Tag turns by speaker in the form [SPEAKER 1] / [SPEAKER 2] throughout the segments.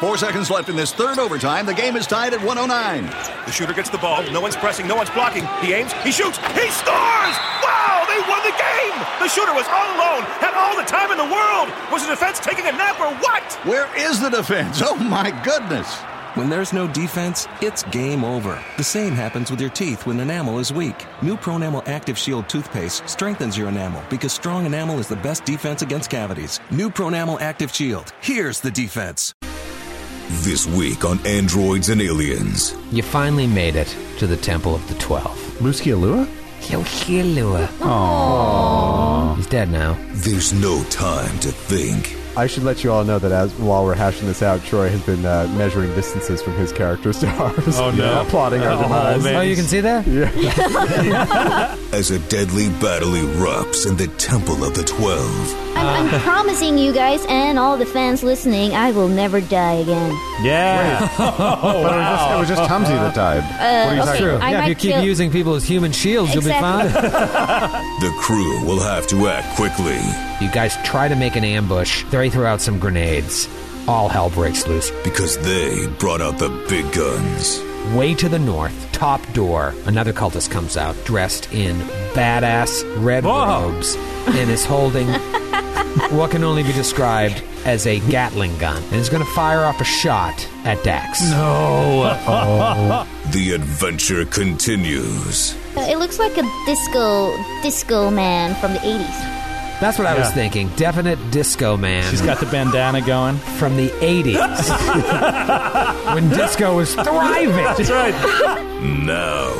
[SPEAKER 1] Four seconds left in this third overtime. The game is tied at 109.
[SPEAKER 2] The shooter gets the ball. No one's pressing. No one's blocking. He aims. He shoots. He scores! Wow! They won the game! The shooter was all alone, had all the time in the world. Was the defense taking a nap or what?
[SPEAKER 1] Where is the defense? Oh, my goodness.
[SPEAKER 3] When there's no defense, it's game over. The same happens with your teeth when enamel is weak. New Pronamel Active Shield toothpaste strengthens your enamel because strong enamel is the best defense against cavities. New Pronamel Active Shield. Here's the defense.
[SPEAKER 4] This week on Androids and Aliens.
[SPEAKER 5] You finally made it to the Temple of the Twelve.
[SPEAKER 6] Ruski Alua?
[SPEAKER 5] Yoshilua.
[SPEAKER 6] Aww.
[SPEAKER 5] He's dead now.
[SPEAKER 4] There's no time to think.
[SPEAKER 6] I should let you all know that as while we're hashing this out, Troy has been uh, measuring distances from his character stars.
[SPEAKER 7] Oh, no.
[SPEAKER 6] plotting our
[SPEAKER 7] Oh,
[SPEAKER 6] demise.
[SPEAKER 7] man.
[SPEAKER 5] Oh, you can see that?
[SPEAKER 4] As a deadly battle erupts in the Temple of the Twelve,
[SPEAKER 8] I'm, I'm promising you guys and all the fans listening, I will never die again.
[SPEAKER 7] Yeah.
[SPEAKER 6] But it, was just, it was just Tumsy that died.
[SPEAKER 8] Uh,
[SPEAKER 5] That's
[SPEAKER 8] okay,
[SPEAKER 5] true.
[SPEAKER 8] I
[SPEAKER 5] yeah, if
[SPEAKER 8] might
[SPEAKER 5] you keep
[SPEAKER 8] kill-
[SPEAKER 5] using people as human shields, you'll be
[SPEAKER 8] Exactly.
[SPEAKER 4] the crew will have to act quickly.
[SPEAKER 5] fine. You guys try to make an ambush. They throw out some grenades. All hell breaks loose.
[SPEAKER 4] Because they brought out the big guns.
[SPEAKER 5] Way to the north, top door, another cultist comes out dressed in badass red
[SPEAKER 7] Whoa.
[SPEAKER 5] robes and is holding what can only be described as a Gatling gun and is going to fire off a shot at Dax.
[SPEAKER 4] The adventure continues.
[SPEAKER 8] Uh, it looks like a disco disco man from the 80s.
[SPEAKER 5] That's what I was
[SPEAKER 7] Yeah.
[SPEAKER 5] thinking. Definite disco man
[SPEAKER 7] She's got the bandana going.
[SPEAKER 5] from the 80s when disco was thriving.
[SPEAKER 7] That's right.
[SPEAKER 4] Now.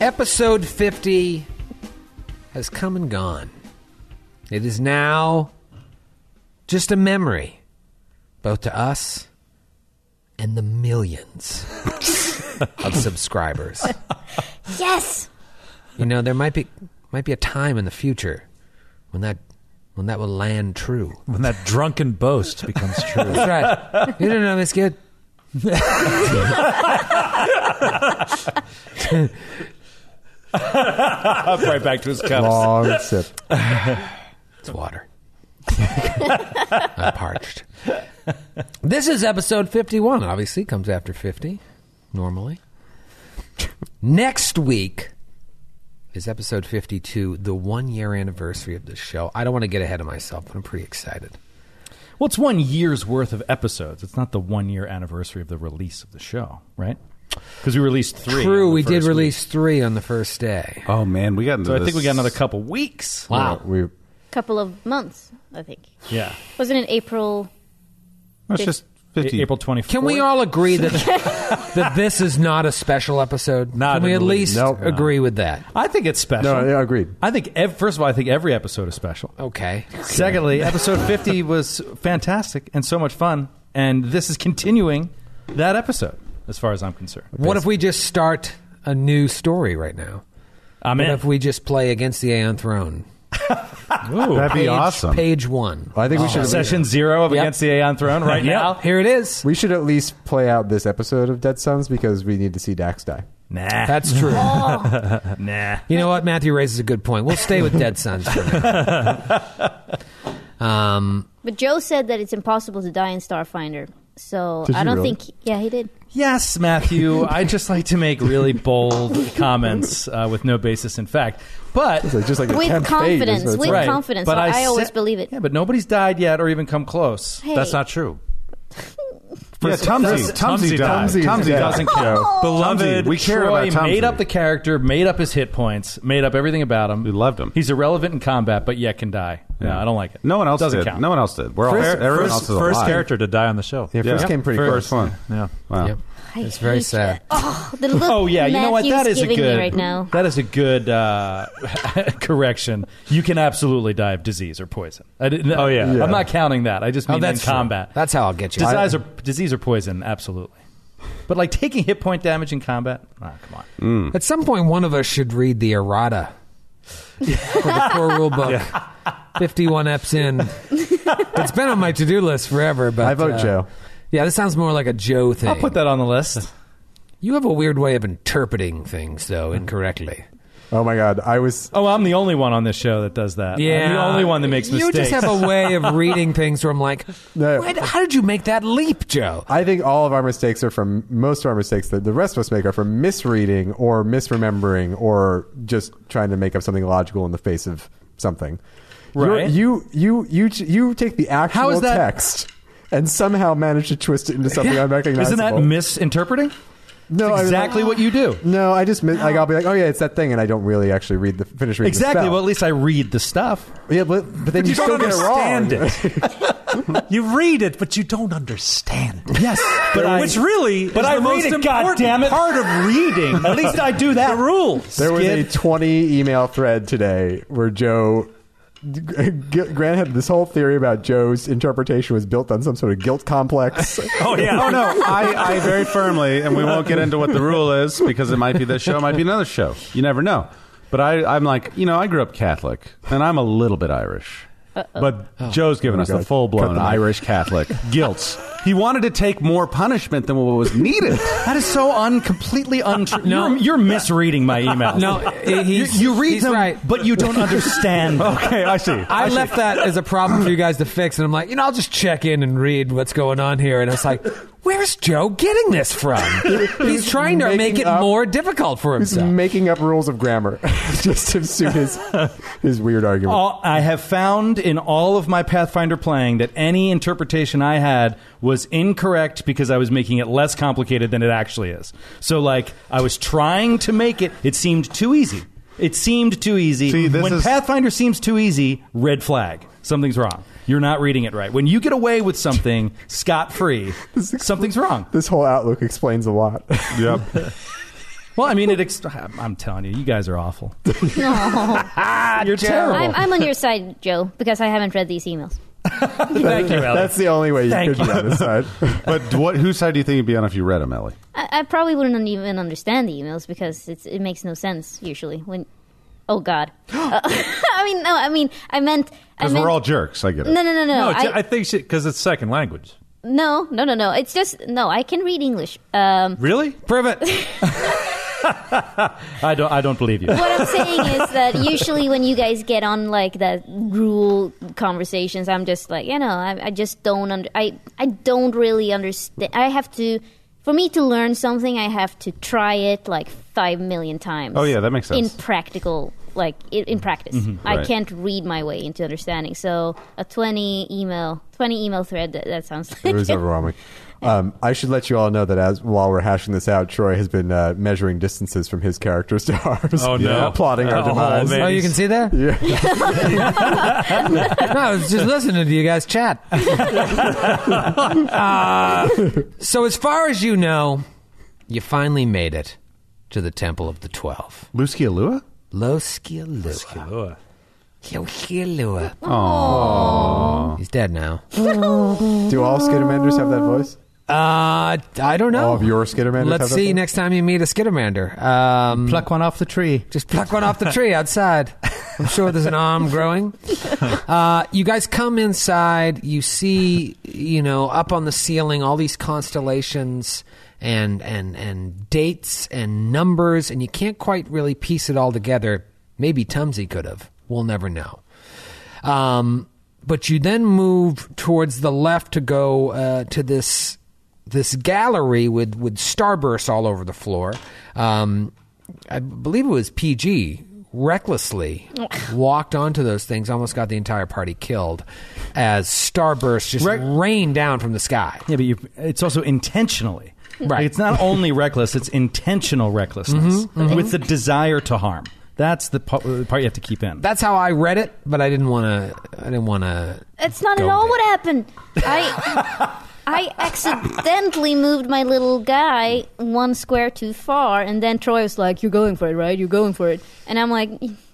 [SPEAKER 5] Episode 50 has come and gone. It is now just a memory, both to us and the millions of subscribers.
[SPEAKER 8] Yes!
[SPEAKER 5] You know, there might be might be a time in the future when that when that will land true.
[SPEAKER 7] When that drunken boast becomes true.
[SPEAKER 5] That's right. You don't know this kid.
[SPEAKER 7] Up right back to his cups.
[SPEAKER 6] Long sip.
[SPEAKER 5] It's water. I'm parched. This is episode 51. Obviously, comes after 50, normally. Next week is episode 52, the one year anniversary of this show. I don't want to get ahead of myself, but I'm pretty excited.
[SPEAKER 7] Well, it's one year's worth of episodes. It's not the one year anniversary of the release of the show, right? Because we released three. on
[SPEAKER 5] True,
[SPEAKER 7] the
[SPEAKER 5] we did
[SPEAKER 7] first
[SPEAKER 5] release three on the first day.
[SPEAKER 6] Oh man, we got into
[SPEAKER 7] week. So I think we got another couple weeks.
[SPEAKER 5] Wow.
[SPEAKER 6] We
[SPEAKER 8] Couple of months, I think.
[SPEAKER 7] Yeah.
[SPEAKER 8] Wasn't it April?
[SPEAKER 6] that's just fifty.
[SPEAKER 7] A- April 24th.
[SPEAKER 5] Can we all agree that that this is not a special episode?
[SPEAKER 7] Not
[SPEAKER 5] Can we
[SPEAKER 7] in
[SPEAKER 5] at
[SPEAKER 7] the
[SPEAKER 5] least
[SPEAKER 7] least. Nope.
[SPEAKER 5] agree with that?
[SPEAKER 7] I think it's special.
[SPEAKER 6] No, yeah, agreed.
[SPEAKER 7] I think, ev- first of all, I think every episode is special.
[SPEAKER 5] Okay.
[SPEAKER 7] Secondly, episode 50 was fantastic and so much fun. And this is continuing that episode, as far as I'm concerned.
[SPEAKER 5] What if we just start a new story right now?
[SPEAKER 7] I'm
[SPEAKER 5] What
[SPEAKER 7] in.
[SPEAKER 5] if we just play against the Aeon Throne?
[SPEAKER 6] That'd be
[SPEAKER 5] Page,
[SPEAKER 6] awesome.
[SPEAKER 5] Page one.
[SPEAKER 6] I think we should.
[SPEAKER 7] Session zero of
[SPEAKER 5] Yep.
[SPEAKER 7] Against the Aeon Throne right
[SPEAKER 5] Yeah,
[SPEAKER 7] now.
[SPEAKER 5] here it is.
[SPEAKER 6] We should at least play out this episode of Dead Sons because we need to see Dax die.
[SPEAKER 7] Nah.
[SPEAKER 5] That's true.
[SPEAKER 7] Nah.
[SPEAKER 5] You know what? Matthew raises a good point. We'll stay with Dead Sons for now. Um,
[SPEAKER 8] But Joe said that it's impossible to die in Starfinder. So
[SPEAKER 6] Did
[SPEAKER 8] I
[SPEAKER 6] he
[SPEAKER 8] don't
[SPEAKER 6] really?
[SPEAKER 8] think. Yeah, he did.
[SPEAKER 7] Yes, Matthew. I just like to make really bold comments uh, with no basis in fact. But
[SPEAKER 6] It's just like the
[SPEAKER 8] With
[SPEAKER 6] 10th page is
[SPEAKER 8] confidence,
[SPEAKER 6] what it's
[SPEAKER 8] with
[SPEAKER 6] like.
[SPEAKER 8] confidence. so I always believe it.
[SPEAKER 7] Yeah, but nobody's died yet or even come close.
[SPEAKER 8] Hey.
[SPEAKER 7] That's not true.
[SPEAKER 9] Yeah, Tumsy. Tumsy died.
[SPEAKER 6] Tumsy is
[SPEAKER 9] Tumsy
[SPEAKER 6] dead.
[SPEAKER 9] doesn't care.
[SPEAKER 8] Oh,
[SPEAKER 9] Beloved, we care
[SPEAKER 7] Troy
[SPEAKER 9] about Tumsy.
[SPEAKER 7] made up the character, made up his hit points, made up everything about him.
[SPEAKER 9] We loved him.
[SPEAKER 7] He's irrelevant in combat, but yet can die. No, I don't like it.
[SPEAKER 9] No one else
[SPEAKER 7] Doesn't
[SPEAKER 9] did.
[SPEAKER 7] count.
[SPEAKER 9] No one else did. We're all
[SPEAKER 7] First-
[SPEAKER 9] everyone
[SPEAKER 7] first-
[SPEAKER 9] else is
[SPEAKER 7] first
[SPEAKER 9] alive.
[SPEAKER 7] character
[SPEAKER 9] to die on the show.
[SPEAKER 6] Yeah, first came pretty
[SPEAKER 9] first
[SPEAKER 6] close.
[SPEAKER 9] one. Yeah. Wow.
[SPEAKER 5] yep.
[SPEAKER 8] I
[SPEAKER 5] It's very
[SPEAKER 8] hate
[SPEAKER 5] sad.
[SPEAKER 8] it. Oh, the look
[SPEAKER 7] Oh yeah, you know what?
[SPEAKER 8] Matthew's
[SPEAKER 7] That is a
[SPEAKER 8] giving me
[SPEAKER 7] good.
[SPEAKER 8] right now.
[SPEAKER 7] That is a good uh, correction. You can absolutely die of disease or poison. I didn't, oh
[SPEAKER 9] yeah.
[SPEAKER 6] Yeah.
[SPEAKER 7] I'm not counting that. I just mean
[SPEAKER 5] Oh, that's
[SPEAKER 7] in
[SPEAKER 5] true.
[SPEAKER 7] combat.
[SPEAKER 5] That's how I'll get you.
[SPEAKER 7] disease or disease or poison, absolutely. But like taking hit point damage in combat, ah, come on.
[SPEAKER 5] At some point, one of us should read the errata for the core rule book. 51 eps in. it's been on my to do list forever, but.
[SPEAKER 6] I vote
[SPEAKER 5] uh,
[SPEAKER 6] Joe.
[SPEAKER 5] Yeah, this sounds more like a Joe thing.
[SPEAKER 7] I'll put that on the list.
[SPEAKER 5] You have a weird way of interpreting things, though, incorrectly.
[SPEAKER 6] Oh my God, I was.
[SPEAKER 7] Oh, I'm the only one on this show that does that. I'm the only one that makes mistakes.
[SPEAKER 5] You just have a way of reading things where I'm like,
[SPEAKER 6] No.
[SPEAKER 5] "Why- how did you make that leap, Joe?
[SPEAKER 6] I think all of our mistakes are from most of our mistakes that the rest of us make are from misreading or misremembering or just trying to make up something logical in the face of something. You're-
[SPEAKER 7] Right.
[SPEAKER 6] You you you ch- you take the actual
[SPEAKER 7] How is that-
[SPEAKER 6] text and somehow manage to twist it into something unrecognizable.
[SPEAKER 7] Isn't that misinterpreting?
[SPEAKER 6] no, I-
[SPEAKER 7] Exactly what you do.
[SPEAKER 6] No, I just mi- like I'll be like, oh yeah, it's that thing, and I don't really actually read the finish reading.
[SPEAKER 7] Exactly.
[SPEAKER 6] The
[SPEAKER 7] Well, at
[SPEAKER 6] spell.
[SPEAKER 7] least I read the stuff.
[SPEAKER 6] yeah, but, but
[SPEAKER 9] But
[SPEAKER 6] then you,
[SPEAKER 9] you
[SPEAKER 6] still
[SPEAKER 9] don't
[SPEAKER 6] get it wrong.
[SPEAKER 9] understand it. you read it, but you don't understand. it.
[SPEAKER 7] Yes, but I,
[SPEAKER 9] Which really
[SPEAKER 7] but
[SPEAKER 9] is
[SPEAKER 7] I
[SPEAKER 9] the
[SPEAKER 7] read
[SPEAKER 9] most
[SPEAKER 7] it,
[SPEAKER 9] important
[SPEAKER 7] goddammit.
[SPEAKER 9] part of reading.
[SPEAKER 7] At least I do that.
[SPEAKER 9] The rules.
[SPEAKER 6] There was
[SPEAKER 7] Skid.
[SPEAKER 6] a 20 email thread today where Joe. G- Grant had this whole theory about Joe's interpretation was built on some sort of guilt complex.
[SPEAKER 9] Oh yeah. Oh no. I, I very firmly, and we won't get into what the rule is because it might be this show, it might be another show. You never know. But I, I'm like, you know, I grew up Catholic, and I'm a little bit Irish. But Joe's given us
[SPEAKER 6] God.
[SPEAKER 9] the full
[SPEAKER 6] Cut
[SPEAKER 9] blown
[SPEAKER 6] the mic.
[SPEAKER 9] Irish Catholic guilt. He wanted to take more punishment than what was needed.
[SPEAKER 7] That is so un completely untrue.
[SPEAKER 5] No.
[SPEAKER 7] you're, you're misreading my email.
[SPEAKER 5] No, he-
[SPEAKER 7] you,
[SPEAKER 5] he's-
[SPEAKER 7] you read
[SPEAKER 5] he's
[SPEAKER 7] them,
[SPEAKER 5] right.
[SPEAKER 7] but you don't understand.
[SPEAKER 9] okay, I see.
[SPEAKER 5] I, left that as a problem for you guys to fix, and I'm like, you know, I'll just check in and read what's going on here. And I was like, where's Joe getting this from? He's trying to make
[SPEAKER 6] making
[SPEAKER 5] it
[SPEAKER 6] up-
[SPEAKER 5] more difficult for
[SPEAKER 6] He's
[SPEAKER 5] himself.
[SPEAKER 6] making up rules of grammar just to suit his his weird argument.
[SPEAKER 5] Oh.
[SPEAKER 7] All, I have found in all of my Pathfinder playing that any interpretation I had was incorrect because I was making it less complicated than it actually is. So, like, I was trying to make it, it seemed too easy. It seemed too easy.
[SPEAKER 9] See, this
[SPEAKER 7] when
[SPEAKER 9] is-
[SPEAKER 7] Pathfinder seems too easy, red flag. Something's wrong. You're not reading it right. When you get away with something scot free, something's wrong.
[SPEAKER 6] This whole outlook explains a lot.
[SPEAKER 9] Yep.
[SPEAKER 7] Well, I mean, it. Ex- I'm telling you, you guys are awful. You're terrible.
[SPEAKER 8] I'm, I'm on your side, Joe, because I haven't read these emails.
[SPEAKER 7] Thank you, Ellie.
[SPEAKER 6] That's the only way you
[SPEAKER 7] Thank
[SPEAKER 6] could be on this side.
[SPEAKER 9] But what, whose side do you think you'd be on if you read them, Ellie?
[SPEAKER 8] I, I probably wouldn't even understand the emails because it's, it makes no sense usually. When, oh God, Uh, I mean no, I mean I meant I
[SPEAKER 9] Because
[SPEAKER 8] meant-
[SPEAKER 9] we're all jerks. I get it.
[SPEAKER 8] No, no, no, no.
[SPEAKER 10] No, it's,
[SPEAKER 8] I,
[SPEAKER 10] I, think because it's second language.
[SPEAKER 8] no, no, no, no. It's just no. I can read English. Um,
[SPEAKER 10] Really?
[SPEAKER 7] Prove it. I don't. I don't believe you.
[SPEAKER 8] what I'm saying is that usually when you guys get on like the rule conversations, I'm just like you know I, I just don't under I I don't really understand. I have to. For me to learn something, I have to try it like five million times.
[SPEAKER 9] Oh, yeah, that makes sense. Mm-hmm.
[SPEAKER 8] In practical like in, in practice i
[SPEAKER 9] Right.
[SPEAKER 8] can't read my way into understanding so a 20 email 20 email thread that, that sounds like
[SPEAKER 6] It was overwhelming. Um, I should let you all know that as while we're hashing this out, Troy has been uh, measuring distances from his characters to ours.
[SPEAKER 10] Oh, no.
[SPEAKER 6] Yeah, plotting our
[SPEAKER 10] Oh,
[SPEAKER 6] demise.
[SPEAKER 10] man.
[SPEAKER 5] Oh, you can see that? Yeah. no, I was just listening to you guys chat. Uh, so, as far as you know, you finally made it to the Temple of the Twelve.
[SPEAKER 9] Luskia Lua?
[SPEAKER 5] Loskialua.
[SPEAKER 10] Ugh.
[SPEAKER 5] Loskialua. He's dead now.
[SPEAKER 6] Do all Skidamanders have that voice?
[SPEAKER 5] Uh, I don't know.
[SPEAKER 6] All of your Skidamanders have
[SPEAKER 5] Let's
[SPEAKER 6] that
[SPEAKER 5] see
[SPEAKER 6] voice?
[SPEAKER 5] next time you meet a Skidamander. Um,
[SPEAKER 7] Pluck one off the tree.
[SPEAKER 5] Just pluck one off the tree outside. I'm sure there's an arm growing. Uh, you guys come inside. You see, you know, up on the ceiling, all these constellations and and and dates and numbers, and you can't quite really piece it all together. Maybe Tumsy could have. We'll never know. Um, but you then move towards the left to go uh, to this this gallery with with starbursts all over the floor. Um, I believe it was PG recklessly walked onto those things, almost got the entire party killed as starbursts just
[SPEAKER 7] Right.
[SPEAKER 5] rained down from the sky.
[SPEAKER 7] Yeah, but you, it's also intentionally.
[SPEAKER 5] Right.
[SPEAKER 7] It's not only reckless; it's intentional recklessness with the desire to harm. That's the part, the part you have to keep in.
[SPEAKER 5] That's how I read it, but I didn't want to. I didn't want to.
[SPEAKER 8] That's not
[SPEAKER 5] Go
[SPEAKER 8] at all
[SPEAKER 5] there.
[SPEAKER 8] what happened. I I accidentally moved my little guy one square too far, and then Troy was like, "You're going for it, right? You're going for it," and I'm like,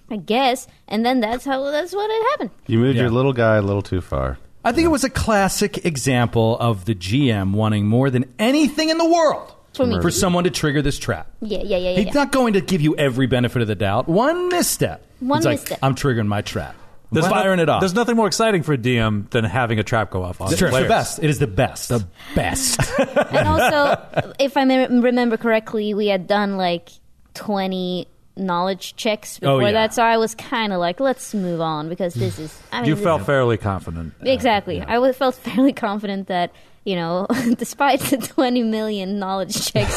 [SPEAKER 8] "I guess." And then that's how that's what it happened.
[SPEAKER 9] You moved your
[SPEAKER 7] Yeah.
[SPEAKER 9] little guy a little too far.
[SPEAKER 7] I think it was a classic example of the GM wanting more than anything in the world
[SPEAKER 8] For me.
[SPEAKER 7] someone to trigger this trap.
[SPEAKER 8] Yeah, yeah, yeah, yeah.
[SPEAKER 7] He's
[SPEAKER 8] yeah.
[SPEAKER 7] not going to give you every benefit of the doubt. One misstep.
[SPEAKER 8] One
[SPEAKER 7] It's like,
[SPEAKER 8] misstep.
[SPEAKER 7] I'm triggering my trap. There's firing it off.
[SPEAKER 10] There's nothing more exciting for a DM than having a trap go off on
[SPEAKER 7] It's
[SPEAKER 10] players.
[SPEAKER 7] the best. It is the best. The
[SPEAKER 5] best.
[SPEAKER 8] and also, if I me- remember correctly, we had done like 20 knowledge checks before
[SPEAKER 10] Oh, yeah.
[SPEAKER 8] that, so I was kind of like, let's move on because this is. I mean,
[SPEAKER 10] you
[SPEAKER 8] this-
[SPEAKER 10] felt fairly confident.
[SPEAKER 8] Exactly. I wa- felt fairly confident that, you know, despite the 20 million knowledge checks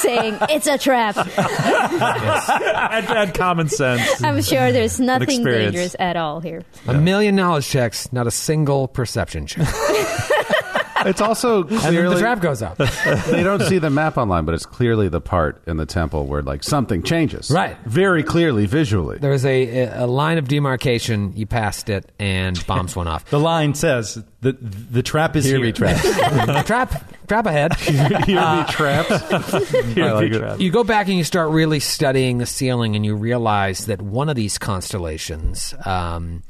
[SPEAKER 8] saying it's a trap,
[SPEAKER 10] add, add common sense.
[SPEAKER 8] I'm sure there's nothing
[SPEAKER 10] experience.
[SPEAKER 8] dangerous at all here.
[SPEAKER 5] A million knowledge checks, not a single perception check.
[SPEAKER 9] It's also
[SPEAKER 5] and then
[SPEAKER 9] clearly
[SPEAKER 5] the trap goes up.
[SPEAKER 9] they don't see the map online, but it's clearly the part in the temple where like something changes.
[SPEAKER 5] Right.
[SPEAKER 9] Very clearly visually.
[SPEAKER 5] There's a, a line of demarcation. You passed it, and bombs went off.
[SPEAKER 7] The line says the the trap Uh, is here.
[SPEAKER 6] be trapped.
[SPEAKER 5] trap, trap ahead.
[SPEAKER 9] Here be trapped. Here be trapped.
[SPEAKER 5] You go back and you start really studying the ceiling, and you realize that one of these constellations um,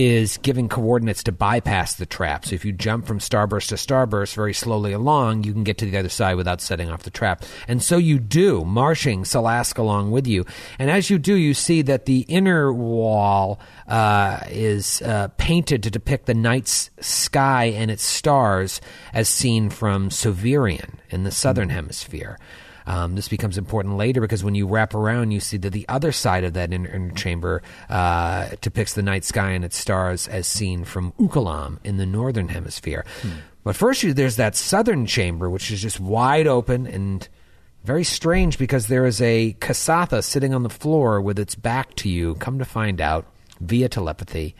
[SPEAKER 5] is giving coordinates to bypass the trap. So if you jump from starburst to starburst very slowly along, you can get to the other side without setting off the trap. And so you do, marching Salask along with you. And as you do, you see that the inner wall uh, is uh, painted to depict the night's sky and its stars as seen from Sovirian in the southern hemisphere. Um, this becomes important later because when you wrap around, you see that the other side of that inner, inner chamber uh, depicts the night sky and its stars as seen from Ukalam in the northern hemisphere. But first, you, there's that southern chamber, which is just wide open and very strange because there is a Kasatha sitting on the floor with its back to you. Come to find out, via telepathy,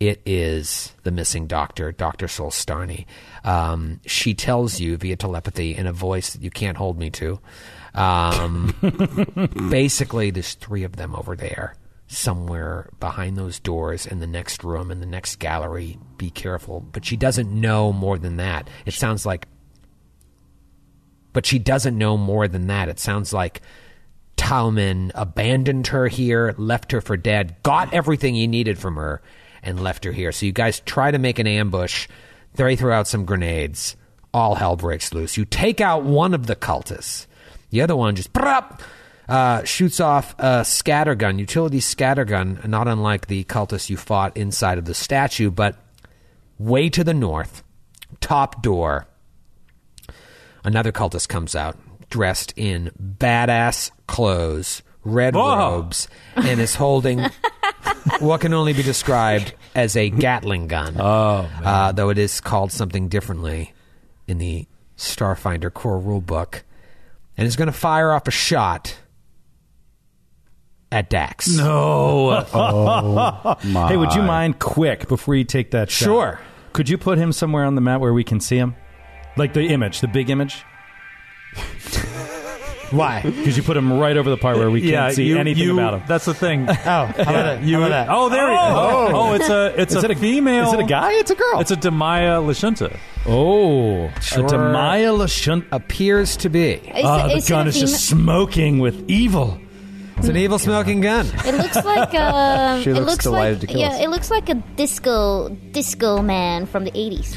[SPEAKER 5] it is the missing doctor, Dr. Solstani. Um, she tells you via telepathy in a voice that you can't hold me to. Um, basically, there's three of them over there, somewhere behind those doors in the next room, in the next gallery. Be careful. But she doesn't know more than that. It sounds like but she doesn't know more than that. It sounds like Talman abandoned her here, left her for dead, got everything he needed from her, and left her here. So you guys try to make an ambush. They throw out some grenades. All hell breaks loose. You take out one of the cultists. The other one just prop, uh, shoots off a scattergun, utility scattergun, not unlike the cultist you fought inside of the statue, but way to the north, top door another cultist comes out dressed in badass clothes, red
[SPEAKER 10] Whoa.
[SPEAKER 5] robes, and is holding what can only be described as a Gatling gun. Oh, Uh, though it is called something differently in the Starfinder core rulebook, and is going to fire off a shot at Dax.
[SPEAKER 10] No.
[SPEAKER 7] Hey, would you mind quick before you take that? shot?
[SPEAKER 5] Sure.
[SPEAKER 7] Could you put him somewhere on the map where we can see him, like the image, the big image?
[SPEAKER 5] Why?
[SPEAKER 7] Because you put him right over the part where we can't
[SPEAKER 10] yeah,
[SPEAKER 7] see
[SPEAKER 10] you-
[SPEAKER 7] anything
[SPEAKER 10] you-
[SPEAKER 7] about him.
[SPEAKER 10] That's the thing.
[SPEAKER 5] Oh, how about it?
[SPEAKER 10] You,
[SPEAKER 5] How about that?
[SPEAKER 10] Oh, there he is. Oh, it's a it's
[SPEAKER 7] Is
[SPEAKER 10] a
[SPEAKER 7] it a-
[SPEAKER 10] female.
[SPEAKER 7] Is it a guy? It's a girl.
[SPEAKER 10] It's a Demaya Lashunta.
[SPEAKER 7] oh,
[SPEAKER 5] Sure.
[SPEAKER 7] a Demaya Lashun.
[SPEAKER 5] Appears to be.
[SPEAKER 8] Is,
[SPEAKER 7] Ah, the
[SPEAKER 8] is it
[SPEAKER 7] gun
[SPEAKER 8] a
[SPEAKER 7] is just
[SPEAKER 8] fema-
[SPEAKER 7] smoking with evil.
[SPEAKER 5] It's an evil smoking gun.
[SPEAKER 8] It looks like a.
[SPEAKER 6] She
[SPEAKER 8] it
[SPEAKER 6] looks
[SPEAKER 8] looks
[SPEAKER 6] delighted to
[SPEAKER 8] like
[SPEAKER 6] kill
[SPEAKER 8] yeah.
[SPEAKER 6] us.
[SPEAKER 8] It looks like a disco disco man from the 80s.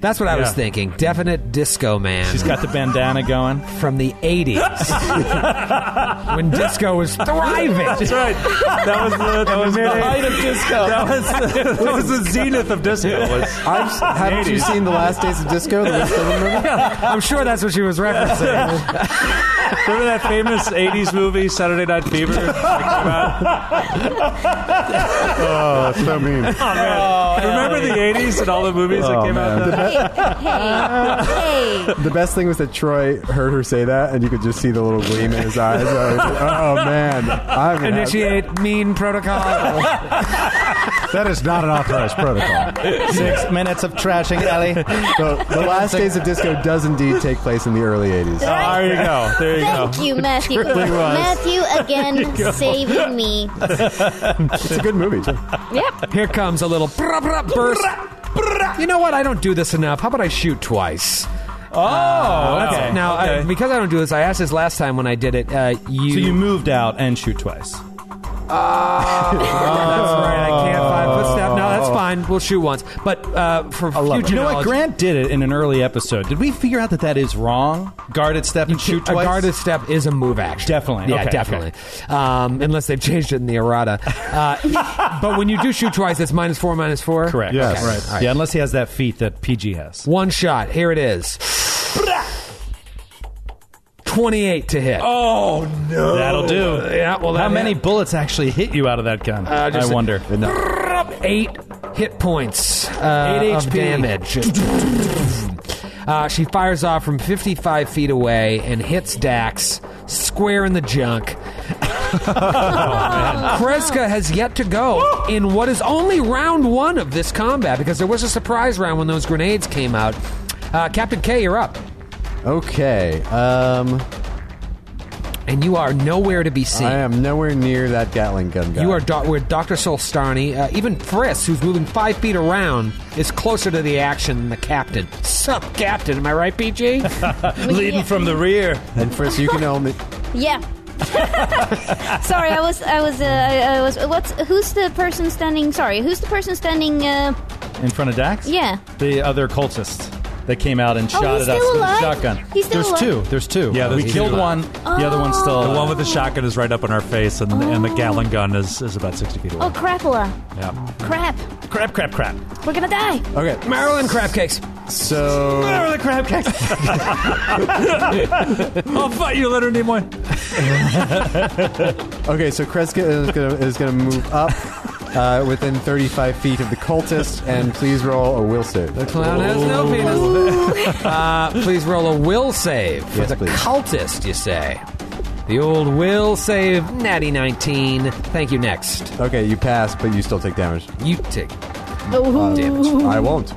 [SPEAKER 5] That's what I was
[SPEAKER 7] Yeah.
[SPEAKER 5] thinking. Definite disco man.
[SPEAKER 7] She's got the bandana going.
[SPEAKER 5] from the 80s when disco was thriving.
[SPEAKER 10] That's right. That was the that was the height of disco. That was the, that was the zenith of disco. Was,
[SPEAKER 6] I've, haven't you seen the last days of disco? The Wes Craven movie?
[SPEAKER 5] I'm sure that's what she was referencing.
[SPEAKER 10] remember that famous '80s movie Saturday Night Fever?
[SPEAKER 9] Oh, that's so mean.
[SPEAKER 7] Oh,
[SPEAKER 10] remember the '80s and all the movies that came out. then?
[SPEAKER 8] Hey, hey, hey!
[SPEAKER 6] The best thing was that Troy heard her say that, and you could just see the little gleam in his eyes. I was like, oh man, I'm gonna have-
[SPEAKER 5] Initiate mean protocol.
[SPEAKER 9] That is not an authorized protocol.
[SPEAKER 7] Six minutes of trashing, Ellie.
[SPEAKER 6] So, the last days of disco does indeed take place in the early '80s.
[SPEAKER 10] Ah, there you go. There you go.
[SPEAKER 8] Thank you, Matthew. Matthew again saving me.
[SPEAKER 6] It's a good movie. too.
[SPEAKER 8] Yep.
[SPEAKER 5] Here comes a little brah, brah, burst. You know what? I don't do this enough. How about I shoot twice?
[SPEAKER 7] Oh, okay.
[SPEAKER 5] Now, I, because I don't do this, I asked this last time when I did it. Uh, you,
[SPEAKER 7] so you moved out and shoot twice. Oh.
[SPEAKER 5] that's right. I can't five foot step. No, that's fine. fine. We'll shoot once. But uh, for future
[SPEAKER 7] You know what?
[SPEAKER 5] knowledge-
[SPEAKER 7] Grant did it in an early episode. Did we figure out that that is wrong? Guarded step and shoot
[SPEAKER 5] a
[SPEAKER 7] twice.
[SPEAKER 5] guarded step is a move action.
[SPEAKER 7] Definitely.
[SPEAKER 5] Yeah,
[SPEAKER 7] Okay,
[SPEAKER 5] definitely. Um, unless they've changed it in the errata. Uh, but when you do shoot twice, it's minus four, minus four.
[SPEAKER 7] Correct.
[SPEAKER 9] Yes.
[SPEAKER 7] Okay.
[SPEAKER 9] Right.
[SPEAKER 7] All Yeah. Unless he has that feat that PG has.
[SPEAKER 5] One shot. Here it is. 28 to hit.
[SPEAKER 7] Oh no. That'll do.
[SPEAKER 5] Yeah, well,
[SPEAKER 7] how
[SPEAKER 5] that-
[SPEAKER 7] many bullets actually hit you out of that gun?
[SPEAKER 5] Uh, just-
[SPEAKER 7] I wonder.
[SPEAKER 5] Eight hit points uh,
[SPEAKER 7] Eight
[SPEAKER 5] of
[SPEAKER 7] HP.
[SPEAKER 5] damage. Uh, she fires off from 55 feet away and hits Dax square in the junk. Kreska has yet to go in what is only round one of this combat because there was a surprise round when those grenades came out. Uh, Captain K, you're up,
[SPEAKER 6] Okay. Um,
[SPEAKER 5] and you are nowhere to be seen.
[SPEAKER 6] I am nowhere near that Gatling gun guy.
[SPEAKER 5] You are doc with Dr. Solstani. Uh, even Friss, who's moving five feet around, is closer to the action than the captain. Sup, captain? Am I right, PG?
[SPEAKER 7] Leading from the rear.
[SPEAKER 6] And first, you can only.
[SPEAKER 8] Yeah. Sorry, I was, I was, uh, I was. What's who's the person standing? Sorry, who's the person standing? Uh,
[SPEAKER 7] In front of Dax?
[SPEAKER 8] Yeah.
[SPEAKER 7] The other cultist that came out and
[SPEAKER 8] Oh,
[SPEAKER 7] shot
[SPEAKER 8] he's
[SPEAKER 7] at us
[SPEAKER 8] still
[SPEAKER 7] with a
[SPEAKER 8] alive?
[SPEAKER 7] shotgun.
[SPEAKER 8] He's still
[SPEAKER 7] There's
[SPEAKER 8] alive?
[SPEAKER 7] two. Oh, There's two.
[SPEAKER 10] Yeah, there's
[SPEAKER 7] we killed
[SPEAKER 10] two.
[SPEAKER 7] one. The other one's still
[SPEAKER 8] Oh.
[SPEAKER 10] The
[SPEAKER 7] alive.
[SPEAKER 10] one with the shotgun is right up in our face, and, and the Gatling gun is, is about 60 feet away.
[SPEAKER 8] oh, crapola!
[SPEAKER 10] Yeah.
[SPEAKER 8] Crap!
[SPEAKER 10] Crap, crap, crap.
[SPEAKER 8] We're gonna die.
[SPEAKER 6] Okay.
[SPEAKER 5] Marilyn crab cakes.
[SPEAKER 6] So.
[SPEAKER 10] the crab cakes. I'll fight you, Leonard Nimoy.
[SPEAKER 6] Okay, so Kreska is gonna is gonna move up uh, within 35 feet of the cultist, and please roll a will save.
[SPEAKER 5] Clown has
[SPEAKER 6] Oh.
[SPEAKER 5] no penis.
[SPEAKER 8] Oh,
[SPEAKER 5] uh, please roll a will save for
[SPEAKER 6] Yes,
[SPEAKER 5] the
[SPEAKER 6] please.
[SPEAKER 5] cultist, you say. The old will save, natty 19. Thank you, next.
[SPEAKER 6] Okay, you pass, but you still take damage.
[SPEAKER 5] You take.
[SPEAKER 8] Oh,
[SPEAKER 5] Damage.
[SPEAKER 6] I won't.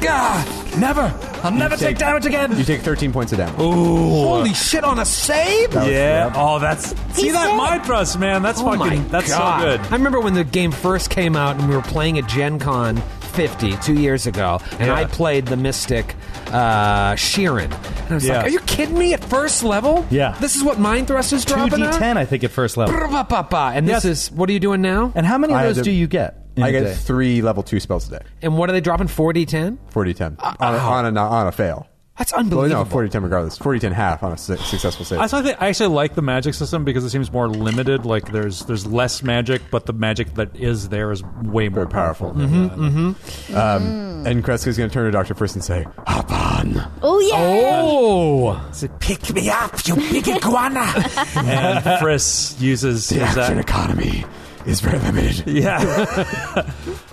[SPEAKER 5] God! Never! I'll never
[SPEAKER 6] take
[SPEAKER 5] damage again!
[SPEAKER 6] You take 13 points of damage.
[SPEAKER 5] Holy shit on a save?
[SPEAKER 10] Yeah. Oh, that's see that
[SPEAKER 8] said-
[SPEAKER 10] mind thrust, man. That's
[SPEAKER 5] Oh my
[SPEAKER 10] fucking. That's
[SPEAKER 5] God.
[SPEAKER 10] so good.
[SPEAKER 5] I remember when the game first came out and we were playing at Gen Con 50 two years ago, and
[SPEAKER 10] Yeah.
[SPEAKER 5] I played the Mystic uh, Sheeran. And I was
[SPEAKER 10] Yeah.
[SPEAKER 5] like, are you kidding me? At first level?
[SPEAKER 7] Yeah.
[SPEAKER 5] This is what Mind Thrust is dropping at?
[SPEAKER 7] 2d10, I think, at first level.
[SPEAKER 5] Brr, ba, ba, ba. And this
[SPEAKER 7] Yes.
[SPEAKER 5] is, what are you doing now?
[SPEAKER 7] And how many of
[SPEAKER 6] I had
[SPEAKER 7] those
[SPEAKER 6] to-
[SPEAKER 7] do you get? in
[SPEAKER 6] I
[SPEAKER 7] a
[SPEAKER 6] get
[SPEAKER 7] day?
[SPEAKER 6] three level two spells today.
[SPEAKER 5] And what are they dropping? 4d10?
[SPEAKER 6] 40-10. on, a, on, a, no- on a fail.
[SPEAKER 5] That's
[SPEAKER 10] Oh,
[SPEAKER 6] Well,
[SPEAKER 5] unbelievable.
[SPEAKER 6] no, 40-10 regardless. 40-10 half on a su- successful save.
[SPEAKER 10] I, think I actually like the magic system because it seems more limited. Like there's there's less magic, but the magic that is there is way more
[SPEAKER 6] Very powerful.
[SPEAKER 10] powerful.
[SPEAKER 6] And Kreska's going to turn to Dr. First and say, hop on.
[SPEAKER 8] oh yeah!
[SPEAKER 5] Oh!
[SPEAKER 10] It's like, Pick me up, you big iguana! and Friss uses
[SPEAKER 6] The
[SPEAKER 10] uses
[SPEAKER 6] action
[SPEAKER 10] that.
[SPEAKER 6] economy is very limited.
[SPEAKER 10] Yeah.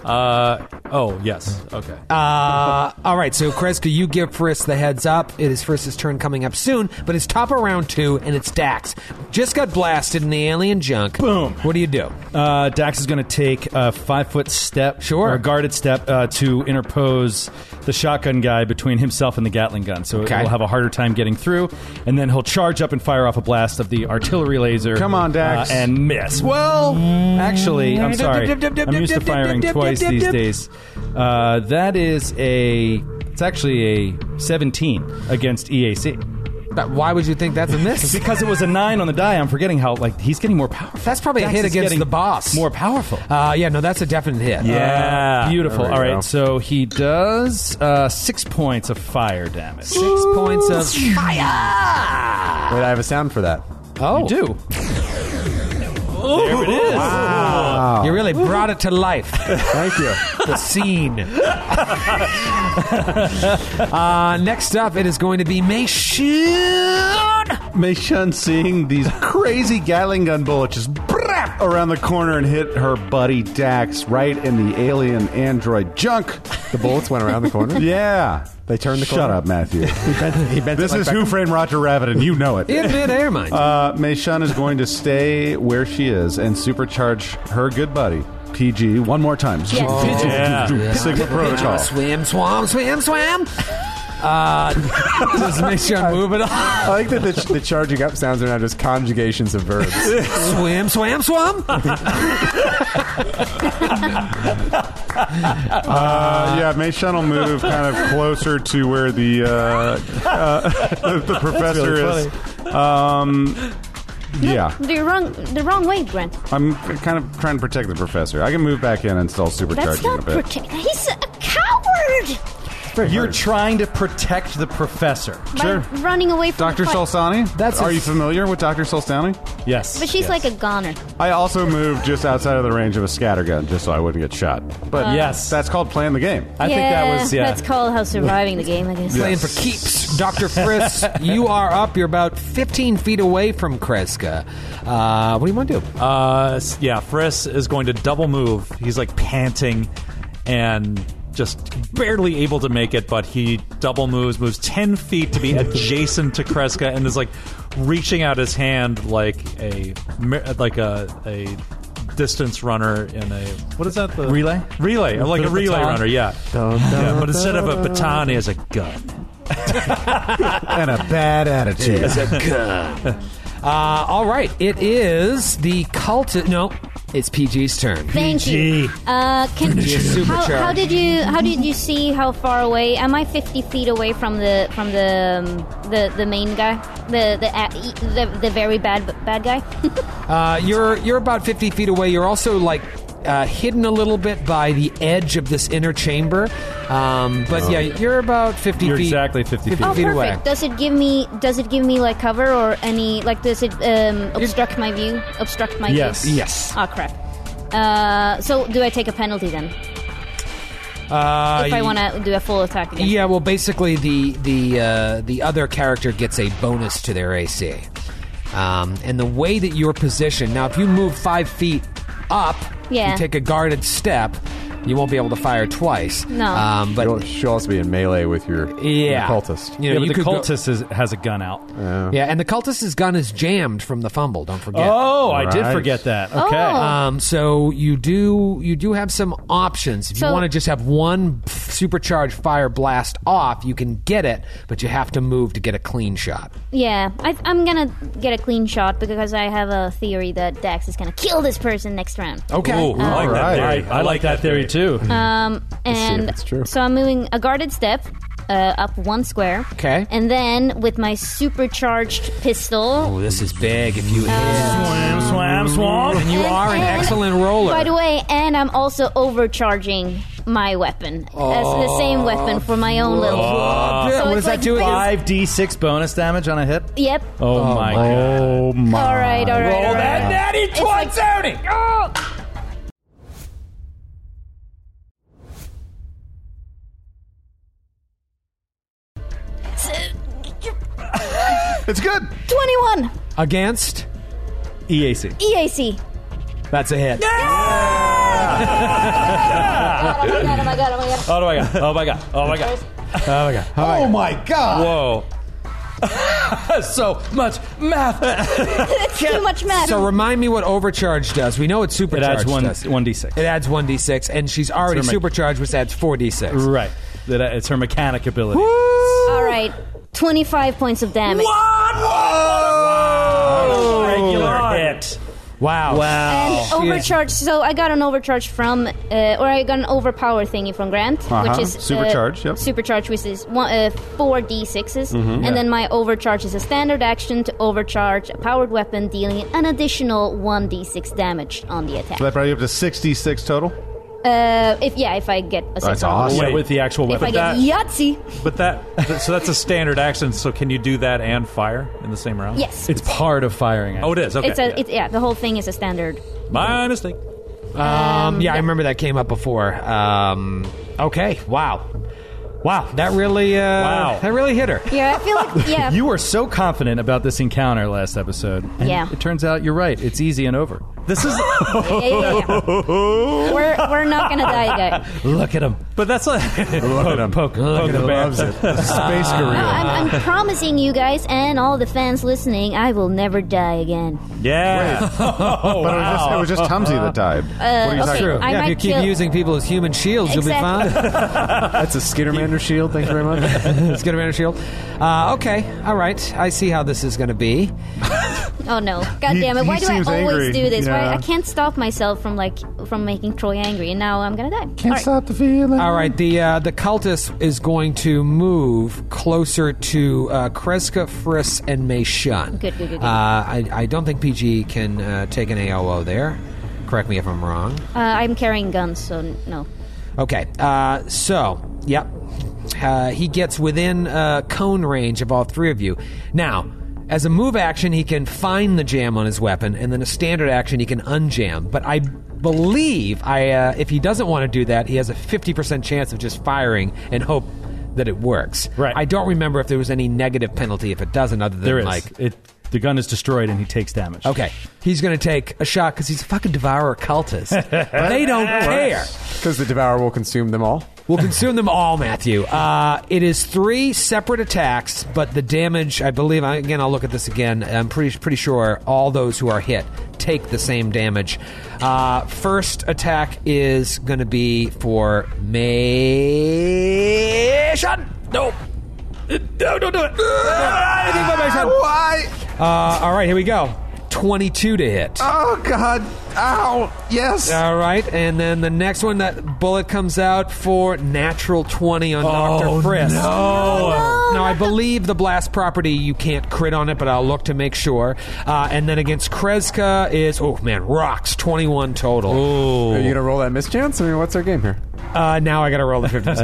[SPEAKER 10] uh, oh yes. Okay.
[SPEAKER 5] Uh, all right, so Kreska, you give Frisk the heads up. It is Frisk's turn coming up soon, but it's top of round two, and it's Dax. Just got blasted in the alien junk.
[SPEAKER 7] Boom.
[SPEAKER 5] What do you do?
[SPEAKER 7] Uh, Dax is going to take a five foot step,
[SPEAKER 5] Sure.
[SPEAKER 7] or a guarded step, uh, to interpose the shotgun guy between himself and the Gatling gun, so
[SPEAKER 5] Okay.
[SPEAKER 7] he'll have a harder time getting through. And then he'll charge up and fire off a blast of the artillery laser.
[SPEAKER 9] Come on, Dax.
[SPEAKER 7] uh, and miss. Well, actually,
[SPEAKER 5] Mm.
[SPEAKER 7] I'm sorry, I'm used to firing twice these days. Uh, that is a, it's actually a 17 against EAC
[SPEAKER 5] But why would you think that's a miss?
[SPEAKER 7] because it was a nine on the die. I'm forgetting how like he's getting more powerful.
[SPEAKER 5] That's probably a
[SPEAKER 7] Dax
[SPEAKER 5] hit
[SPEAKER 7] is
[SPEAKER 5] against
[SPEAKER 7] getting
[SPEAKER 5] the boss.
[SPEAKER 7] More powerful.
[SPEAKER 5] Uh, yeah, no, that's a definite hit.
[SPEAKER 10] yeah.
[SPEAKER 7] Uh, Beautiful.
[SPEAKER 6] There we
[SPEAKER 7] All right,
[SPEAKER 6] go.
[SPEAKER 7] so he does uh, six points of fire damage.
[SPEAKER 5] Six points of
[SPEAKER 6] Wait, I have a sound for that.
[SPEAKER 5] oh,
[SPEAKER 7] You do. there it is.
[SPEAKER 5] You really brought it to life.
[SPEAKER 6] Thank you.
[SPEAKER 5] the scene. uh, next up, it is going to be Mayshun.
[SPEAKER 9] Meishan seeing these crazy Gatling gun bullets just brap around the corner and hit her buddy Dax right in the alien android junk.
[SPEAKER 6] The bullets went around the corner.
[SPEAKER 9] Yeah.
[SPEAKER 6] They turned the
[SPEAKER 9] Shut
[SPEAKER 6] corner.
[SPEAKER 9] up, Matthew.
[SPEAKER 6] He bent
[SPEAKER 9] this
[SPEAKER 6] it like
[SPEAKER 9] is
[SPEAKER 6] back-
[SPEAKER 9] Who Framed Roger Rabbit, and you know it.
[SPEAKER 5] In midair, mind. you.
[SPEAKER 9] Uh, Meishan is going to stay where she is and supercharge her good buddy, PG, one more time.
[SPEAKER 8] Yes.
[SPEAKER 9] PG.
[SPEAKER 5] Oh,
[SPEAKER 10] Yeah.
[SPEAKER 9] Sigma Protocol.
[SPEAKER 5] Swim, swam, swim, swam. Uh, does Mayshun move at all?
[SPEAKER 6] I like that the, the charging up sounds are now just conjugations of verbs.
[SPEAKER 5] Swim, swam, swam.
[SPEAKER 9] Uh, yeah, Meishan will move kind of closer to where the uh, uh, the professor
[SPEAKER 7] really
[SPEAKER 9] is. Um, Yeah.
[SPEAKER 8] the wrong the wrong way, Brent.
[SPEAKER 9] I'm kind of trying to protect the professor. I can move back in and still supercharge
[SPEAKER 8] That's
[SPEAKER 9] him a
[SPEAKER 8] not
[SPEAKER 9] bit.
[SPEAKER 8] protect. He's a coward.
[SPEAKER 7] You're trying to protect the professor.
[SPEAKER 8] By running away from
[SPEAKER 9] Dr.
[SPEAKER 8] the fight.
[SPEAKER 9] Solstani?
[SPEAKER 7] That's
[SPEAKER 9] Are
[SPEAKER 7] a-
[SPEAKER 9] you familiar with Dr. Solstani?
[SPEAKER 7] Yes.
[SPEAKER 8] But she's
[SPEAKER 7] yes.
[SPEAKER 8] like a goner.
[SPEAKER 9] I also moved just outside of the range of a scatter gun just so I wouldn't get shot. But
[SPEAKER 7] Yes.
[SPEAKER 9] that's called playing the game.
[SPEAKER 7] I think that was yeah.
[SPEAKER 8] That's called how surviving the game, I guess.
[SPEAKER 5] Playing for keeps. Dr. Frisk, you are up. You're about 15 feet away from Kreska. Uh, what do you want to do?
[SPEAKER 10] Uh, s- yeah, Friss is going to double move. He's like panting and just barely able to make it, but he double moves, moves 10 feet to be adjacent to Kreska and is like reaching out his hand like a mi- like a, a distance runner in a what is that the
[SPEAKER 7] Relay?
[SPEAKER 10] relay like a
[SPEAKER 7] The
[SPEAKER 10] relay
[SPEAKER 7] baton?
[SPEAKER 10] runner yeah yeah but instead of a baton he has a gun
[SPEAKER 9] And a bad attitude.
[SPEAKER 5] Uh, all right. It is the cult. No, it's PG's turn.
[SPEAKER 8] Thank you. Uh, can
[SPEAKER 5] You're
[SPEAKER 8] how,
[SPEAKER 5] supercharged.
[SPEAKER 8] how did you how did you see how far away? Am I fifty feet away from the from the um, the the main guy, the the a- e- the, the very bad bad guy?
[SPEAKER 5] Uh, you're you're about 50 feet away. You're also like uh, hidden a little bit by the edge of this inner chamber. Um, but yeah, you're about 50
[SPEAKER 7] Oh. You're
[SPEAKER 5] feet.
[SPEAKER 7] exactly 50 feet.
[SPEAKER 8] oh,
[SPEAKER 5] feet
[SPEAKER 8] perfect.
[SPEAKER 5] away.
[SPEAKER 8] Does it give me does it give me like cover or any like does it um, obstruct my view? Obstruct my
[SPEAKER 7] Yes.
[SPEAKER 8] view?
[SPEAKER 5] Yes.
[SPEAKER 8] Oh crap. Uh, so do I take a penalty then
[SPEAKER 5] Uh,
[SPEAKER 8] if I want to do a full attack again?
[SPEAKER 5] Yeah, well, basically the the uh, the other character gets a bonus to their AC, um, and the way that you're positioned now, if you move five feet up,
[SPEAKER 8] Yeah.
[SPEAKER 5] you take a guarded step, you won't be able to fire twice.
[SPEAKER 8] No.
[SPEAKER 5] um, but
[SPEAKER 6] You'll, she'll also be in melee with your, your
[SPEAKER 5] yeah,
[SPEAKER 6] cultist.
[SPEAKER 5] You
[SPEAKER 7] Yeah,
[SPEAKER 5] know, you
[SPEAKER 7] but the
[SPEAKER 5] could go-
[SPEAKER 7] cultist is, has a gun out.
[SPEAKER 5] yeah, and the cultist's gun is jammed from the fumble. Don't forget.
[SPEAKER 7] Oh, I did
[SPEAKER 9] Right.
[SPEAKER 7] forget that. Okay.
[SPEAKER 8] Oh.
[SPEAKER 5] Um, so you do you do have some options. If
[SPEAKER 8] So-
[SPEAKER 5] you want to just have one supercharged fire blast off, you can get it, but you have to move to get a clean shot.
[SPEAKER 8] Yeah, I, I'm gonna get a clean shot because I have a theory that Dax is gonna kill this person next round.
[SPEAKER 5] Okay.
[SPEAKER 10] Ooh, I like that
[SPEAKER 6] Alright.
[SPEAKER 10] theory. I like that theory too
[SPEAKER 7] too.
[SPEAKER 8] Um,
[SPEAKER 6] see if
[SPEAKER 8] and
[SPEAKER 6] it's true.
[SPEAKER 8] so I'm moving a guarded step uh, up one square.
[SPEAKER 5] Okay.
[SPEAKER 8] And then with my supercharged pistol.
[SPEAKER 5] Oh, this is big. If you
[SPEAKER 7] swam, swam, swam.
[SPEAKER 5] and you
[SPEAKER 8] And-
[SPEAKER 5] are an
[SPEAKER 8] and-
[SPEAKER 5] excellent roller.
[SPEAKER 8] By the way, and I'm also overcharging my weapon as the same weapon for my own little.
[SPEAKER 5] Oh, yeah,
[SPEAKER 8] so
[SPEAKER 5] what
[SPEAKER 8] it's
[SPEAKER 5] does that
[SPEAKER 8] like
[SPEAKER 5] do?
[SPEAKER 8] base-
[SPEAKER 7] Five d six bonus damage on a hit.
[SPEAKER 8] Yep.
[SPEAKER 7] Oh, my god!
[SPEAKER 9] Oh my.
[SPEAKER 8] All right. All right. all right.
[SPEAKER 7] natty
[SPEAKER 8] like-
[SPEAKER 7] Tony.
[SPEAKER 9] It's good.
[SPEAKER 8] Twenty-one E
[SPEAKER 5] Against,
[SPEAKER 7] EAC.
[SPEAKER 8] EAC.
[SPEAKER 5] that's a hit.
[SPEAKER 8] Oh my god! Oh my god! Oh my god!
[SPEAKER 7] Oh my god! Oh my god! Oh my god! Oh my god!
[SPEAKER 9] Oh my god.
[SPEAKER 7] Whoa! so much math.
[SPEAKER 8] It's too much math.
[SPEAKER 5] So remind me what overcharge does. We know what
[SPEAKER 7] It
[SPEAKER 5] supercharge
[SPEAKER 7] adds one
[SPEAKER 5] does.
[SPEAKER 7] one d six.
[SPEAKER 5] It adds one d six, and she's already
[SPEAKER 7] That's her mech-
[SPEAKER 5] supercharged, which adds four d six.
[SPEAKER 7] Right. That uh, it's her mechanic ability.
[SPEAKER 8] All right, 25 points of damage.
[SPEAKER 7] Oh, Regular hit.
[SPEAKER 5] Wow. Wow.
[SPEAKER 8] And
[SPEAKER 5] She is-
[SPEAKER 8] overcharge. So I got an overcharge from, uh, or I got an overpower thingy from Grant,
[SPEAKER 9] Uh-huh.
[SPEAKER 8] which is uh,
[SPEAKER 9] Supercharge, yep. Mm-hmm.
[SPEAKER 8] Supercharge, which is one, uh, four d6s, and then my overcharge is a standard action to overcharge a powered weapon, dealing an additional one d6 damage on the attack.
[SPEAKER 9] So that brought you up to 66 total.
[SPEAKER 8] Uh, if yeah, if I get a
[SPEAKER 9] That's
[SPEAKER 8] six on
[SPEAKER 9] awesome.
[SPEAKER 8] it.
[SPEAKER 7] Yeah,
[SPEAKER 10] Wait.
[SPEAKER 7] with the actual
[SPEAKER 8] If I
[SPEAKER 10] that-
[SPEAKER 8] get
[SPEAKER 7] weapon.
[SPEAKER 8] Yahtzee,
[SPEAKER 10] but that th- so that's a standard action so can you do that and fire in the same round
[SPEAKER 8] yes,
[SPEAKER 7] it's part of firing.
[SPEAKER 10] oh it is okay
[SPEAKER 8] it's a, it's yeah, the whole thing is a standard.
[SPEAKER 10] my mistake
[SPEAKER 5] Um, yeah, I remember that came up before. Um, okay. Wow. Wow. That really. Uh,
[SPEAKER 7] Wow.
[SPEAKER 5] That really hit her.
[SPEAKER 8] Yeah, I feel like yeah,
[SPEAKER 7] You were so confident about this encounter last episode. and
[SPEAKER 8] Yeah.
[SPEAKER 7] It turns out you're right. It's easy and over.
[SPEAKER 10] this is
[SPEAKER 8] yeah, yeah, yeah. we're we're not gonna die, guys.
[SPEAKER 7] Look at him.
[SPEAKER 10] but that's like
[SPEAKER 7] Poke, poke, poke the bear.
[SPEAKER 9] Loves it. Space
[SPEAKER 8] No,
[SPEAKER 9] gorilla.
[SPEAKER 8] I'm, I'm promising you guys and all the fans listening, I will never die again.
[SPEAKER 10] yeah Oh,
[SPEAKER 9] But it was just, it was just Tumsy that died. what are you
[SPEAKER 8] okay.
[SPEAKER 9] talking about?
[SPEAKER 8] I
[SPEAKER 5] yeah, if
[SPEAKER 8] might
[SPEAKER 5] you keep
[SPEAKER 8] kill-
[SPEAKER 5] using people as human shields, you'll be
[SPEAKER 8] Exactly.
[SPEAKER 5] fine.
[SPEAKER 6] That's a Skittermander shield. Thank you very much.
[SPEAKER 5] Let's get a banner shield. Uh, okay, all right. I see how this is going to be.
[SPEAKER 8] Oh no! God
[SPEAKER 9] He-
[SPEAKER 8] damn it! Why
[SPEAKER 9] he
[SPEAKER 8] do I
[SPEAKER 9] seems
[SPEAKER 8] always
[SPEAKER 9] angry.
[SPEAKER 8] do this?
[SPEAKER 9] Yeah.
[SPEAKER 8] Why I can't stop myself from like from making Troy angry, and now I'm gonna die. All right.
[SPEAKER 9] the feeling.
[SPEAKER 5] All right, the uh, the cultist is going to move closer to uh, Kreska, Friss, and Mei Shun.
[SPEAKER 8] Good, good, good, good.
[SPEAKER 5] Uh, I, I don't think PG can uh, take an AOO there. Correct me if I'm wrong.
[SPEAKER 8] Uh, I'm carrying guns, so n- no.
[SPEAKER 5] Okay, uh, so, yep. Uh, he gets within uh, cone range of all three of you. Now, as a move action, he can find the jam on his weapon, and then a standard action, he can unjam. But I believe I, uh, if he doesn't want to do that, he has a 50% chance of just firing and hope that it works.
[SPEAKER 7] Right.
[SPEAKER 5] I don't remember if there was any negative penalty if it doesn't, other than
[SPEAKER 7] There is.
[SPEAKER 5] like.
[SPEAKER 7] it, the gun is destroyed and he takes damage.
[SPEAKER 5] Okay, he's going to take a shot because he's a fucking devourer cultist. they don't care.
[SPEAKER 6] Because the devourer will consume them all.
[SPEAKER 5] We'll consume them all, Matthew. Uh, it is three separate attacks, but the damage, I believe, I- again, I'll look at this again. I'm pretty, pretty sure all those who are hit take the same damage. Uh, first attack is going to be for Mayshun. No. No, don't do it. Anything but Mayshun.
[SPEAKER 9] Why?
[SPEAKER 5] Uh, all right, here we go. 22 to hit.
[SPEAKER 9] Oh God! Ow! Yes.
[SPEAKER 5] All right, and then the next one, that bullet comes out for natural 20
[SPEAKER 7] Oh,
[SPEAKER 5] on Dr. Frisk.
[SPEAKER 10] Oh, no.
[SPEAKER 5] Now, I believe the blast property, you can't crit on it, but I'll look to make sure. Uh, and then against Kreska is, oh man, rocks, 21 total.
[SPEAKER 6] Are you going to roll that mischance? I mean, what's our game here?
[SPEAKER 5] Uh, now I got to roll the 50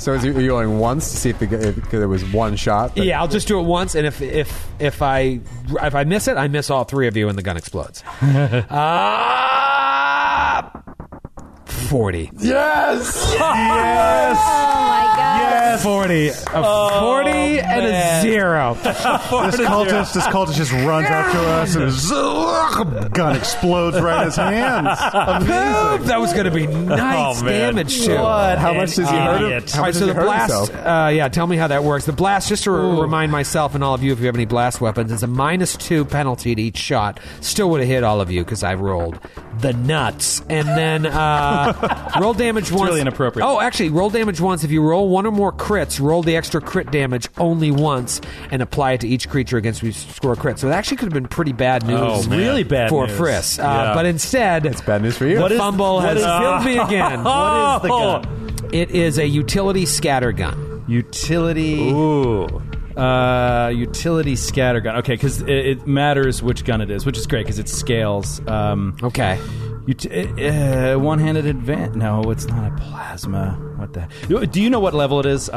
[SPEAKER 6] So is you, are you rolling once to see if, the, if 'cause it was one shot? but-
[SPEAKER 5] Yeah, I'll just do it once, and if if if I if I miss it, I miss all three of you, and the gun explodes. uh, Forty.
[SPEAKER 9] Yes. yes.
[SPEAKER 8] Oh my god!
[SPEAKER 9] Yes. Forty.
[SPEAKER 5] Forty and a zero.
[SPEAKER 9] This cultist, this cultist just runs up to us and his gun explodes right in his hands.
[SPEAKER 5] that was going to be nice
[SPEAKER 10] Oh, man.
[SPEAKER 5] damage too.
[SPEAKER 6] How much does he hurt him?
[SPEAKER 10] idiot.
[SPEAKER 6] How
[SPEAKER 5] All right,
[SPEAKER 6] much does
[SPEAKER 5] so
[SPEAKER 6] he
[SPEAKER 5] the
[SPEAKER 6] hurt
[SPEAKER 5] blast.
[SPEAKER 6] himself?
[SPEAKER 5] Uh, yeah, tell me how that works. The blast, just to r- remind myself and all of you, if you have any blast weapons, it's a minus two penalty to each shot. Still would have hit all of you because I rolled the nuts. And then uh, roll damage once.
[SPEAKER 7] really inappropriate.
[SPEAKER 5] Oh, actually, roll damage once. If you roll one or more crits, roll the extra crit damage only once and apply it to each creature against which you score a crit. So it actually could have been pretty bad news.
[SPEAKER 10] Oh, man.
[SPEAKER 7] Really bad
[SPEAKER 5] for
[SPEAKER 7] news.
[SPEAKER 5] Friss. Uh,
[SPEAKER 10] Yeah.
[SPEAKER 5] But instead,
[SPEAKER 6] It's bad news for you.
[SPEAKER 7] What is-
[SPEAKER 5] fumble
[SPEAKER 7] what
[SPEAKER 5] has
[SPEAKER 7] is-
[SPEAKER 5] killed me again. Oh,
[SPEAKER 7] What is the
[SPEAKER 10] Oh.
[SPEAKER 7] gun?
[SPEAKER 5] It is a utility scatter gun.
[SPEAKER 7] Utility.
[SPEAKER 10] Ooh.
[SPEAKER 7] Uh, utility scatter gun. Okay, because it, it matters which gun it is, which is great because it scales. Um,
[SPEAKER 5] Okay.
[SPEAKER 7] Ut- uh, one-handed advance. No, it's not a plasma. What the? You- Do you know what level it is? Uh,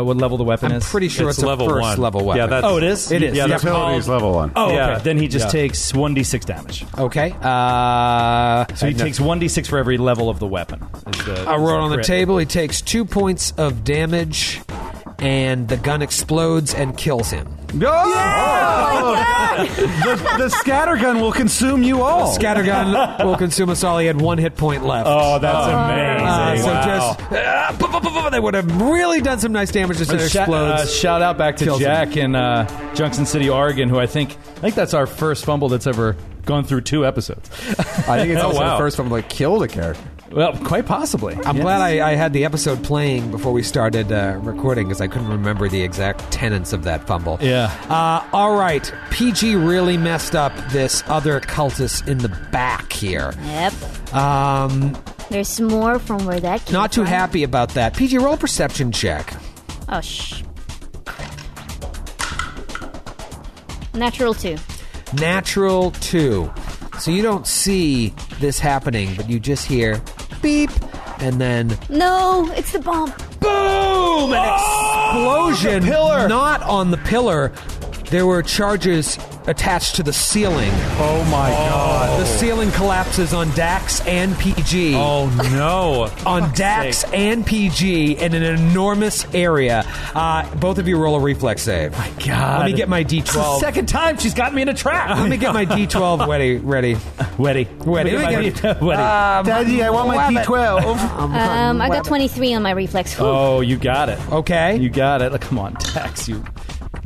[SPEAKER 7] uh, what level the weapon
[SPEAKER 5] I'm
[SPEAKER 7] is?
[SPEAKER 5] pretty sure it's,
[SPEAKER 10] It's
[SPEAKER 5] a
[SPEAKER 10] level
[SPEAKER 5] first
[SPEAKER 10] one.
[SPEAKER 5] level weapon.
[SPEAKER 10] Yeah, that's-
[SPEAKER 7] Oh, it is.
[SPEAKER 5] It is.
[SPEAKER 10] Yeah,
[SPEAKER 5] Yeah.
[SPEAKER 10] that's
[SPEAKER 9] Utilities level one.
[SPEAKER 7] Oh, okay.
[SPEAKER 10] Yeah.
[SPEAKER 7] Then he just
[SPEAKER 10] Yeah.
[SPEAKER 7] takes one d six damage.
[SPEAKER 5] okay. Uh,
[SPEAKER 7] So he takes one d six for every level of the weapon. Is the-
[SPEAKER 5] I
[SPEAKER 7] is
[SPEAKER 5] roll on the
[SPEAKER 7] crit.
[SPEAKER 5] table. He takes two points of damage, and the gun explodes and kills him.
[SPEAKER 9] the, the scatter gun will consume you all.
[SPEAKER 5] Scattergun will consume us all. He had one hit point left.
[SPEAKER 7] Oh, that's amazing!
[SPEAKER 5] Uh, so just uh,
[SPEAKER 7] ah,
[SPEAKER 5] bu- bu- bu- bu- they would have really done some nice damage. Just
[SPEAKER 7] And
[SPEAKER 5] it
[SPEAKER 7] sha-
[SPEAKER 5] explodes.
[SPEAKER 7] uh, shout out back to
[SPEAKER 5] Kills him.
[SPEAKER 7] Jack in uh, Junction City, Oregon, who I think I think that's our first fumble that's ever gone through two episodes.
[SPEAKER 6] I think it's also
[SPEAKER 10] wow.
[SPEAKER 6] the first one like killed a character.
[SPEAKER 7] Well, quite possibly.
[SPEAKER 5] I'm glad I, I had the episode playing before we started uh, recording because I couldn't remember the exact tenets of that fumble.
[SPEAKER 7] Yeah.
[SPEAKER 5] Uh, all right. PG really messed up this other cultist in the back here.
[SPEAKER 8] Yep.
[SPEAKER 5] Um,
[SPEAKER 8] There's more from where that came.
[SPEAKER 5] not too
[SPEAKER 8] from.
[SPEAKER 5] happy about that. PG, roll a perception check.
[SPEAKER 8] Oh shh. Natural two.
[SPEAKER 5] Natural two. So you don't see this happening, but you just hear beep and then
[SPEAKER 8] No, it's the bomb.
[SPEAKER 5] Boom! An explosion. pillar. Not on the pillar. There were charges attached to the ceiling.
[SPEAKER 9] Oh my god.
[SPEAKER 5] The ceiling collapses on Dax and PG.
[SPEAKER 10] Oh no.
[SPEAKER 5] On Dax and PG in an enormous area. Uh, both of you roll a reflex save. My
[SPEAKER 7] God.
[SPEAKER 5] Let me get my D12.
[SPEAKER 7] Second time she's got me in a trap.
[SPEAKER 5] Let me get my D12 ready. Ready.
[SPEAKER 7] Weddy.
[SPEAKER 5] Ready. Uh,
[SPEAKER 7] Let me get my- Weddy.
[SPEAKER 9] Daddy, I want my D12.
[SPEAKER 8] Um, I got 23 on my reflex. Whew.
[SPEAKER 7] oh, you got it.
[SPEAKER 5] Okay.
[SPEAKER 7] You got it. Come on, tax you.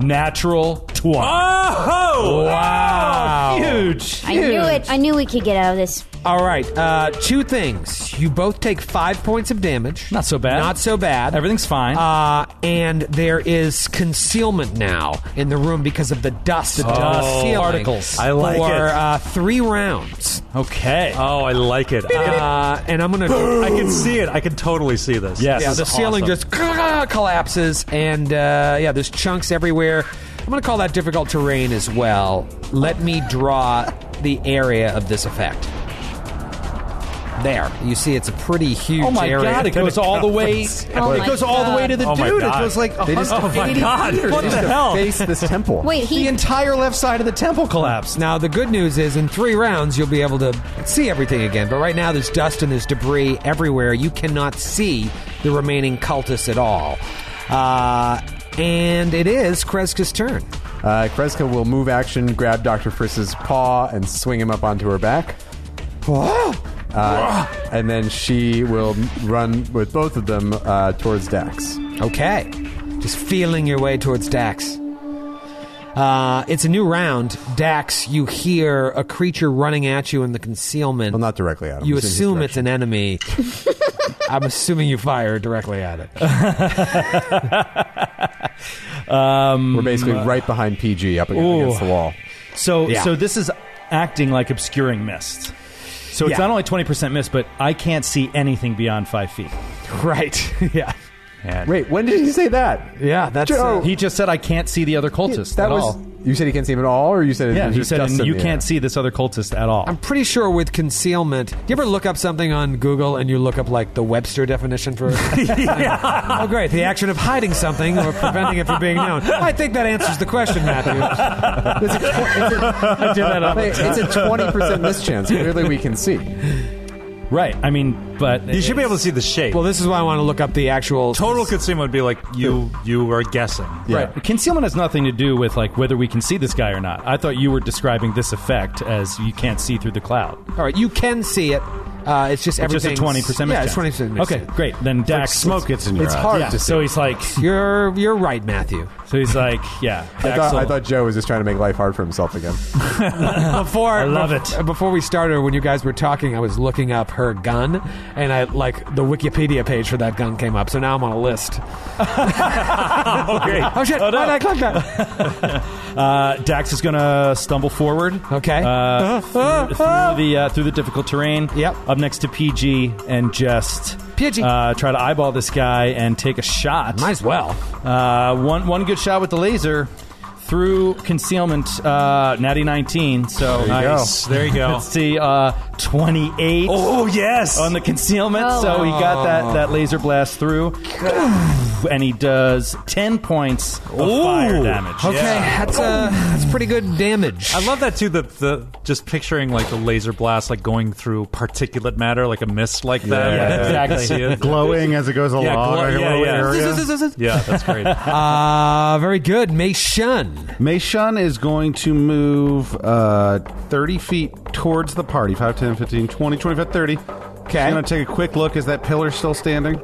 [SPEAKER 7] Natural twat.
[SPEAKER 10] Oh!
[SPEAKER 5] wow.
[SPEAKER 7] Huge.
[SPEAKER 8] I knew it. it. I knew we could get out of this.
[SPEAKER 5] All right, uh, two things. You both take five points of damage.
[SPEAKER 7] Not so bad.
[SPEAKER 5] Not so bad.
[SPEAKER 7] Everything's fine.
[SPEAKER 5] Uh, and there is concealment now in the room because of the dust. The
[SPEAKER 7] dust. Particles.
[SPEAKER 10] I like
[SPEAKER 5] for,
[SPEAKER 10] it.
[SPEAKER 5] Uh, three rounds.
[SPEAKER 7] okay.
[SPEAKER 10] Oh, I like it. I
[SPEAKER 5] Uh, and I'm gonna.
[SPEAKER 10] can, I can see it. I can totally see this.
[SPEAKER 7] Yes.
[SPEAKER 5] Yeah,
[SPEAKER 10] This
[SPEAKER 5] the
[SPEAKER 10] is
[SPEAKER 5] ceiling
[SPEAKER 10] awesome.
[SPEAKER 5] just collapses, and uh, yeah, there's chunks everywhere. I'm gonna call that difficult terrain as well. Let me draw the area of this effect. There, you see, it's a pretty huge.
[SPEAKER 7] oh my
[SPEAKER 5] area.
[SPEAKER 7] god! It goes all the way.
[SPEAKER 8] Oh
[SPEAKER 7] it
[SPEAKER 8] my
[SPEAKER 7] goes all the way to the
[SPEAKER 10] God. Oh my
[SPEAKER 7] dude. It
[SPEAKER 10] God.
[SPEAKER 7] goes like
[SPEAKER 6] They just-
[SPEAKER 7] oh my god!
[SPEAKER 10] What the hell?
[SPEAKER 6] Face this temple.
[SPEAKER 8] Wait, he.
[SPEAKER 7] The entire left side of the temple collapsed.
[SPEAKER 5] Now, the good news is in three rounds, you'll be able to see everything again. But right now, there's dust and there's debris everywhere. You cannot see the remaining cultists at all. Uh, and it is Kreska's turn.
[SPEAKER 6] Uh, Kreska will move action, grab Dr. Friss's paw, and swing him up onto her back. Uh, and then she will run with both of them uh, towards Dax.
[SPEAKER 5] Okay. Just feeling your way towards Dax. Uh, it's a new round. Dax, you hear a creature running at you in the concealment.
[SPEAKER 6] Well, not directly at him.
[SPEAKER 5] You
[SPEAKER 6] It's in his
[SPEAKER 5] assume it's
[SPEAKER 6] direction.
[SPEAKER 5] an enemy. I'm assuming you fire directly at it.
[SPEAKER 6] We're basically right behind PG up against,
[SPEAKER 7] Ooh.
[SPEAKER 6] against the wall.
[SPEAKER 7] So
[SPEAKER 5] Yeah.
[SPEAKER 7] so this is acting like obscuring mist. So it's
[SPEAKER 5] Yeah.
[SPEAKER 7] not only twenty percent mist, but I can't see anything beyond five feet.
[SPEAKER 5] right. yeah.
[SPEAKER 7] And
[SPEAKER 6] Wait, when did he say that?
[SPEAKER 5] Yeah, that's
[SPEAKER 6] Joe,
[SPEAKER 7] he just said I can't see the other cultist
[SPEAKER 6] that
[SPEAKER 7] at
[SPEAKER 6] was
[SPEAKER 7] all.
[SPEAKER 6] you said he can't see him at all, or you said it
[SPEAKER 7] Yeah,
[SPEAKER 6] was
[SPEAKER 7] he
[SPEAKER 6] just
[SPEAKER 7] said
[SPEAKER 6] dust
[SPEAKER 7] and
[SPEAKER 6] in
[SPEAKER 7] you
[SPEAKER 6] the
[SPEAKER 7] can't
[SPEAKER 6] air?
[SPEAKER 7] see this other cultist at all.
[SPEAKER 5] I'm pretty sure with concealment, do you ever look up something on Google and you look up like the Webster definition for it? Oh, great. The action of hiding something or preventing it from being known. I think that answers the question, Matthew.
[SPEAKER 6] It's a, tw- it's a, it's a twenty percent mischance. Clearly, we can see.
[SPEAKER 7] right. I mean, but
[SPEAKER 10] You should be able to see the shape.
[SPEAKER 5] Well, this is why I want to look up the actual.
[SPEAKER 10] Total consumer would be like you. You are guessing.
[SPEAKER 7] Right. Concealment has nothing to do with like whether we can see this guy or not. I thought you were describing this effect as you can't see through the cloud.
[SPEAKER 5] All right, you can see it. Uh, it's just
[SPEAKER 7] It's just
[SPEAKER 5] everything.
[SPEAKER 7] a twenty percent.
[SPEAKER 5] Yeah, it's twenty percent.
[SPEAKER 7] Okay, great. Then Dax
[SPEAKER 9] smoke gets in your
[SPEAKER 6] It's
[SPEAKER 9] eyes.
[SPEAKER 6] hard
[SPEAKER 7] Yeah.
[SPEAKER 6] to see.
[SPEAKER 7] So he's like,
[SPEAKER 5] You're you're right, Matthew.
[SPEAKER 7] so he's like, yeah.
[SPEAKER 6] I
[SPEAKER 7] Dax
[SPEAKER 6] thought, I
[SPEAKER 7] will-
[SPEAKER 6] thought Joe was just trying to make life hard for himself again.
[SPEAKER 5] Before I
[SPEAKER 7] love it.
[SPEAKER 5] uh, Before we started, when you guys were talking, I was looking up her gun, and I like the Wikipedia page for that gun came up. So now I'm on a list.
[SPEAKER 7] oh, great.
[SPEAKER 5] Oh shit!
[SPEAKER 7] no.
[SPEAKER 5] Why did I click that?
[SPEAKER 7] Uh, Dax is gonna stumble forward.
[SPEAKER 5] Okay. Uh-huh.
[SPEAKER 7] Uh, through, through the uh, through the difficult terrain.
[SPEAKER 5] Yep.
[SPEAKER 7] Up next to PG and just
[SPEAKER 5] PG.
[SPEAKER 7] Uh, try to eyeball this guy and take a shot.
[SPEAKER 5] Might as well.
[SPEAKER 7] Uh, one one good shot with the laser through concealment. Uh, natty nineteen. So nice.
[SPEAKER 10] There you go.
[SPEAKER 7] Let's see. Uh, Twenty eight.
[SPEAKER 10] oh yes.
[SPEAKER 7] On the concealment,
[SPEAKER 8] Oh.
[SPEAKER 7] so he got that, that laser blast through, and he does ten points of fire damage.
[SPEAKER 5] Okay, that's uh, that's pretty good damage.
[SPEAKER 10] I love that too. The the just picturing like the laser blast like going through particulate matter like a mist like that.
[SPEAKER 9] Yeah,
[SPEAKER 7] exactly.
[SPEAKER 10] See it?
[SPEAKER 9] glowing as it goes along.
[SPEAKER 10] Yeah, glow-
[SPEAKER 9] like a
[SPEAKER 10] yeah,
[SPEAKER 9] little
[SPEAKER 10] yeah.
[SPEAKER 9] area.
[SPEAKER 10] Yeah, that's great.
[SPEAKER 5] Uh, very good, May Shun.
[SPEAKER 9] Meishan is going to move uh, 30 feet towards the party 5, 10, 15, 20, 25, 30.
[SPEAKER 5] Okay.
[SPEAKER 9] I'm going to take a quick look. Is that pillar still standing?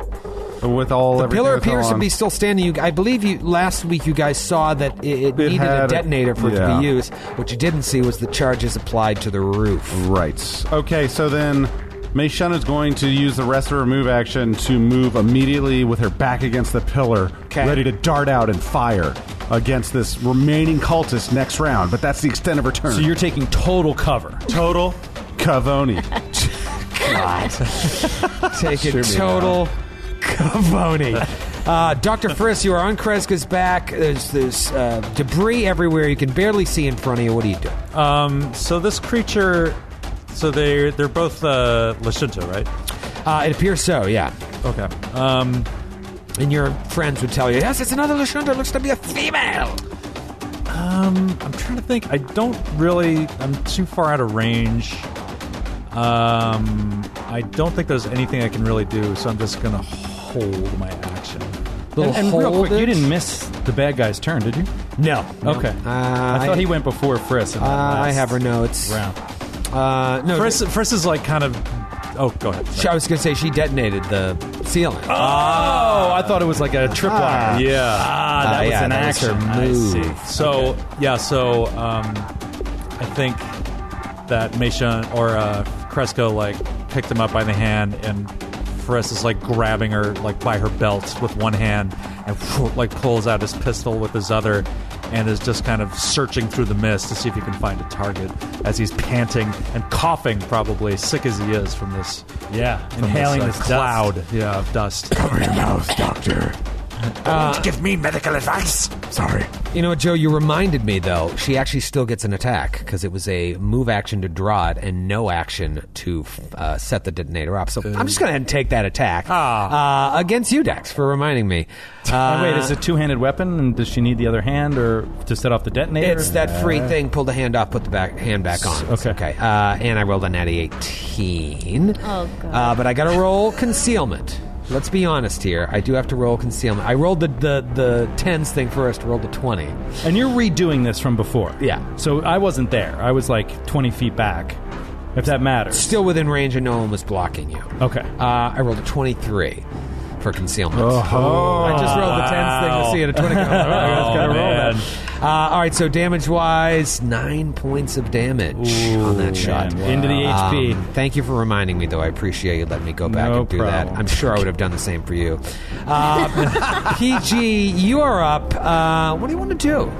[SPEAKER 9] With all
[SPEAKER 5] The
[SPEAKER 9] everything
[SPEAKER 5] pillar
[SPEAKER 9] that's
[SPEAKER 5] appears to
[SPEAKER 9] on?
[SPEAKER 5] be still standing. You, I believe you last week you guys saw that it, it, needed a
[SPEAKER 9] had a-
[SPEAKER 5] detonator for it to
[SPEAKER 9] yeah.
[SPEAKER 5] be used. What you didn't see was the charges applied to the roof.
[SPEAKER 9] Right. Okay, so then Meishan is going to use the rest of her move action to move immediately with her back against the pillar,
[SPEAKER 5] Okay.
[SPEAKER 9] ready to dart out and fire against this remaining cultist next round, but that's the extent of her turn.
[SPEAKER 7] So you're taking total cover.
[SPEAKER 9] total Cavoni.
[SPEAKER 5] Take it total cavoni. Uh, Dr. Friss, you are on Kreska's back. There's, there's uh, debris everywhere. You can barely see in front of you. What do you do?
[SPEAKER 10] so this creature. So they they're both uh, Lashunta, right?
[SPEAKER 5] Uh, it appears so, yeah.
[SPEAKER 10] Okay. Um,
[SPEAKER 5] And your friends would tell you, yes, it's another Lashunda. Looks to be a female.
[SPEAKER 10] I'm trying to think. I don't really. I'm too far out of range. Um, I don't think there's anything I can really do. So I'm just gonna hold my action.
[SPEAKER 7] And, and real quick,
[SPEAKER 5] hold
[SPEAKER 7] you
[SPEAKER 5] it.
[SPEAKER 7] didn't miss the bad guy's turn, did you?
[SPEAKER 5] No.
[SPEAKER 7] Okay. I thought he went before Friss. in
[SPEAKER 9] Oh,
[SPEAKER 5] Uh,
[SPEAKER 7] that
[SPEAKER 5] I
[SPEAKER 7] last
[SPEAKER 5] have her notes.
[SPEAKER 7] Round.
[SPEAKER 5] Uh, no,
[SPEAKER 10] First, first is like kind of. Oh, go ahead.
[SPEAKER 5] she- I was going to say she detonated the ceiling.
[SPEAKER 7] Oh, I thought it was like a tripwire.
[SPEAKER 10] Yeah.
[SPEAKER 7] Ah, that
[SPEAKER 5] Ah,
[SPEAKER 7] was
[SPEAKER 5] yeah,
[SPEAKER 7] an
[SPEAKER 5] that was
[SPEAKER 7] action.
[SPEAKER 5] her move.
[SPEAKER 7] I see.
[SPEAKER 10] So yeah, so um, I think that Misha or uh, Cresco like picked him up by the hand and Ferris is like grabbing her like by her belt with one hand and like pulls out his pistol with his other and is just kind of searching through the mist to see if he can find a target as he's panting and coughing probably sick as he is from this
[SPEAKER 7] Yeah,
[SPEAKER 10] from
[SPEAKER 7] inhaling
[SPEAKER 10] uh,
[SPEAKER 7] this dust.
[SPEAKER 10] cloud yeah of dust
[SPEAKER 11] Cover your mouth, doctor.
[SPEAKER 10] give me medical advice
[SPEAKER 11] Sorry.
[SPEAKER 5] You know, Joe, you reminded me though. She actually still gets an attack because it was a move action to draw it and no action to uh, set the detonator up. So I'm just going to ahead and take that attack uh, against you, Dex, for reminding me. Uh,
[SPEAKER 7] Ah. Oh, wait, is it two handed weapon? And does she need the other hand or to set off the detonator?
[SPEAKER 5] It's that free thing. Pull the hand off. Put the back hand back on.
[SPEAKER 7] Okay.
[SPEAKER 5] Okay. Uh, and I rolled a natty eighteen.
[SPEAKER 8] Oh, God.
[SPEAKER 5] Uh, but I got to roll concealment. Let's be honest here. I do have to roll concealment. I rolled the the, the tens thing first. Rolled the twenty.
[SPEAKER 7] And you're redoing this from before.
[SPEAKER 5] Yeah.
[SPEAKER 7] So I wasn't there. I was like 20 feet back, if that matters.
[SPEAKER 5] Still within range, and no one was blocking you.
[SPEAKER 7] Okay.
[SPEAKER 5] Uh, I rolled a 23 for concealment.
[SPEAKER 7] Oh,
[SPEAKER 5] Oh, I just rolled the 10s thing to see it a 20. All right, I just
[SPEAKER 7] Oh,
[SPEAKER 5] gotta roll
[SPEAKER 10] man.
[SPEAKER 5] that. Uh, all right, so damage wise, nine points of damage on that shot. Um,
[SPEAKER 7] man. Into the HP.
[SPEAKER 5] thank you for reminding me, though. I appreciate you letting me go back
[SPEAKER 7] No
[SPEAKER 5] and do that.
[SPEAKER 7] problem.
[SPEAKER 5] I'm sure I would have done the same for you. Uh, PG, you are up. Uh, what do you want to do?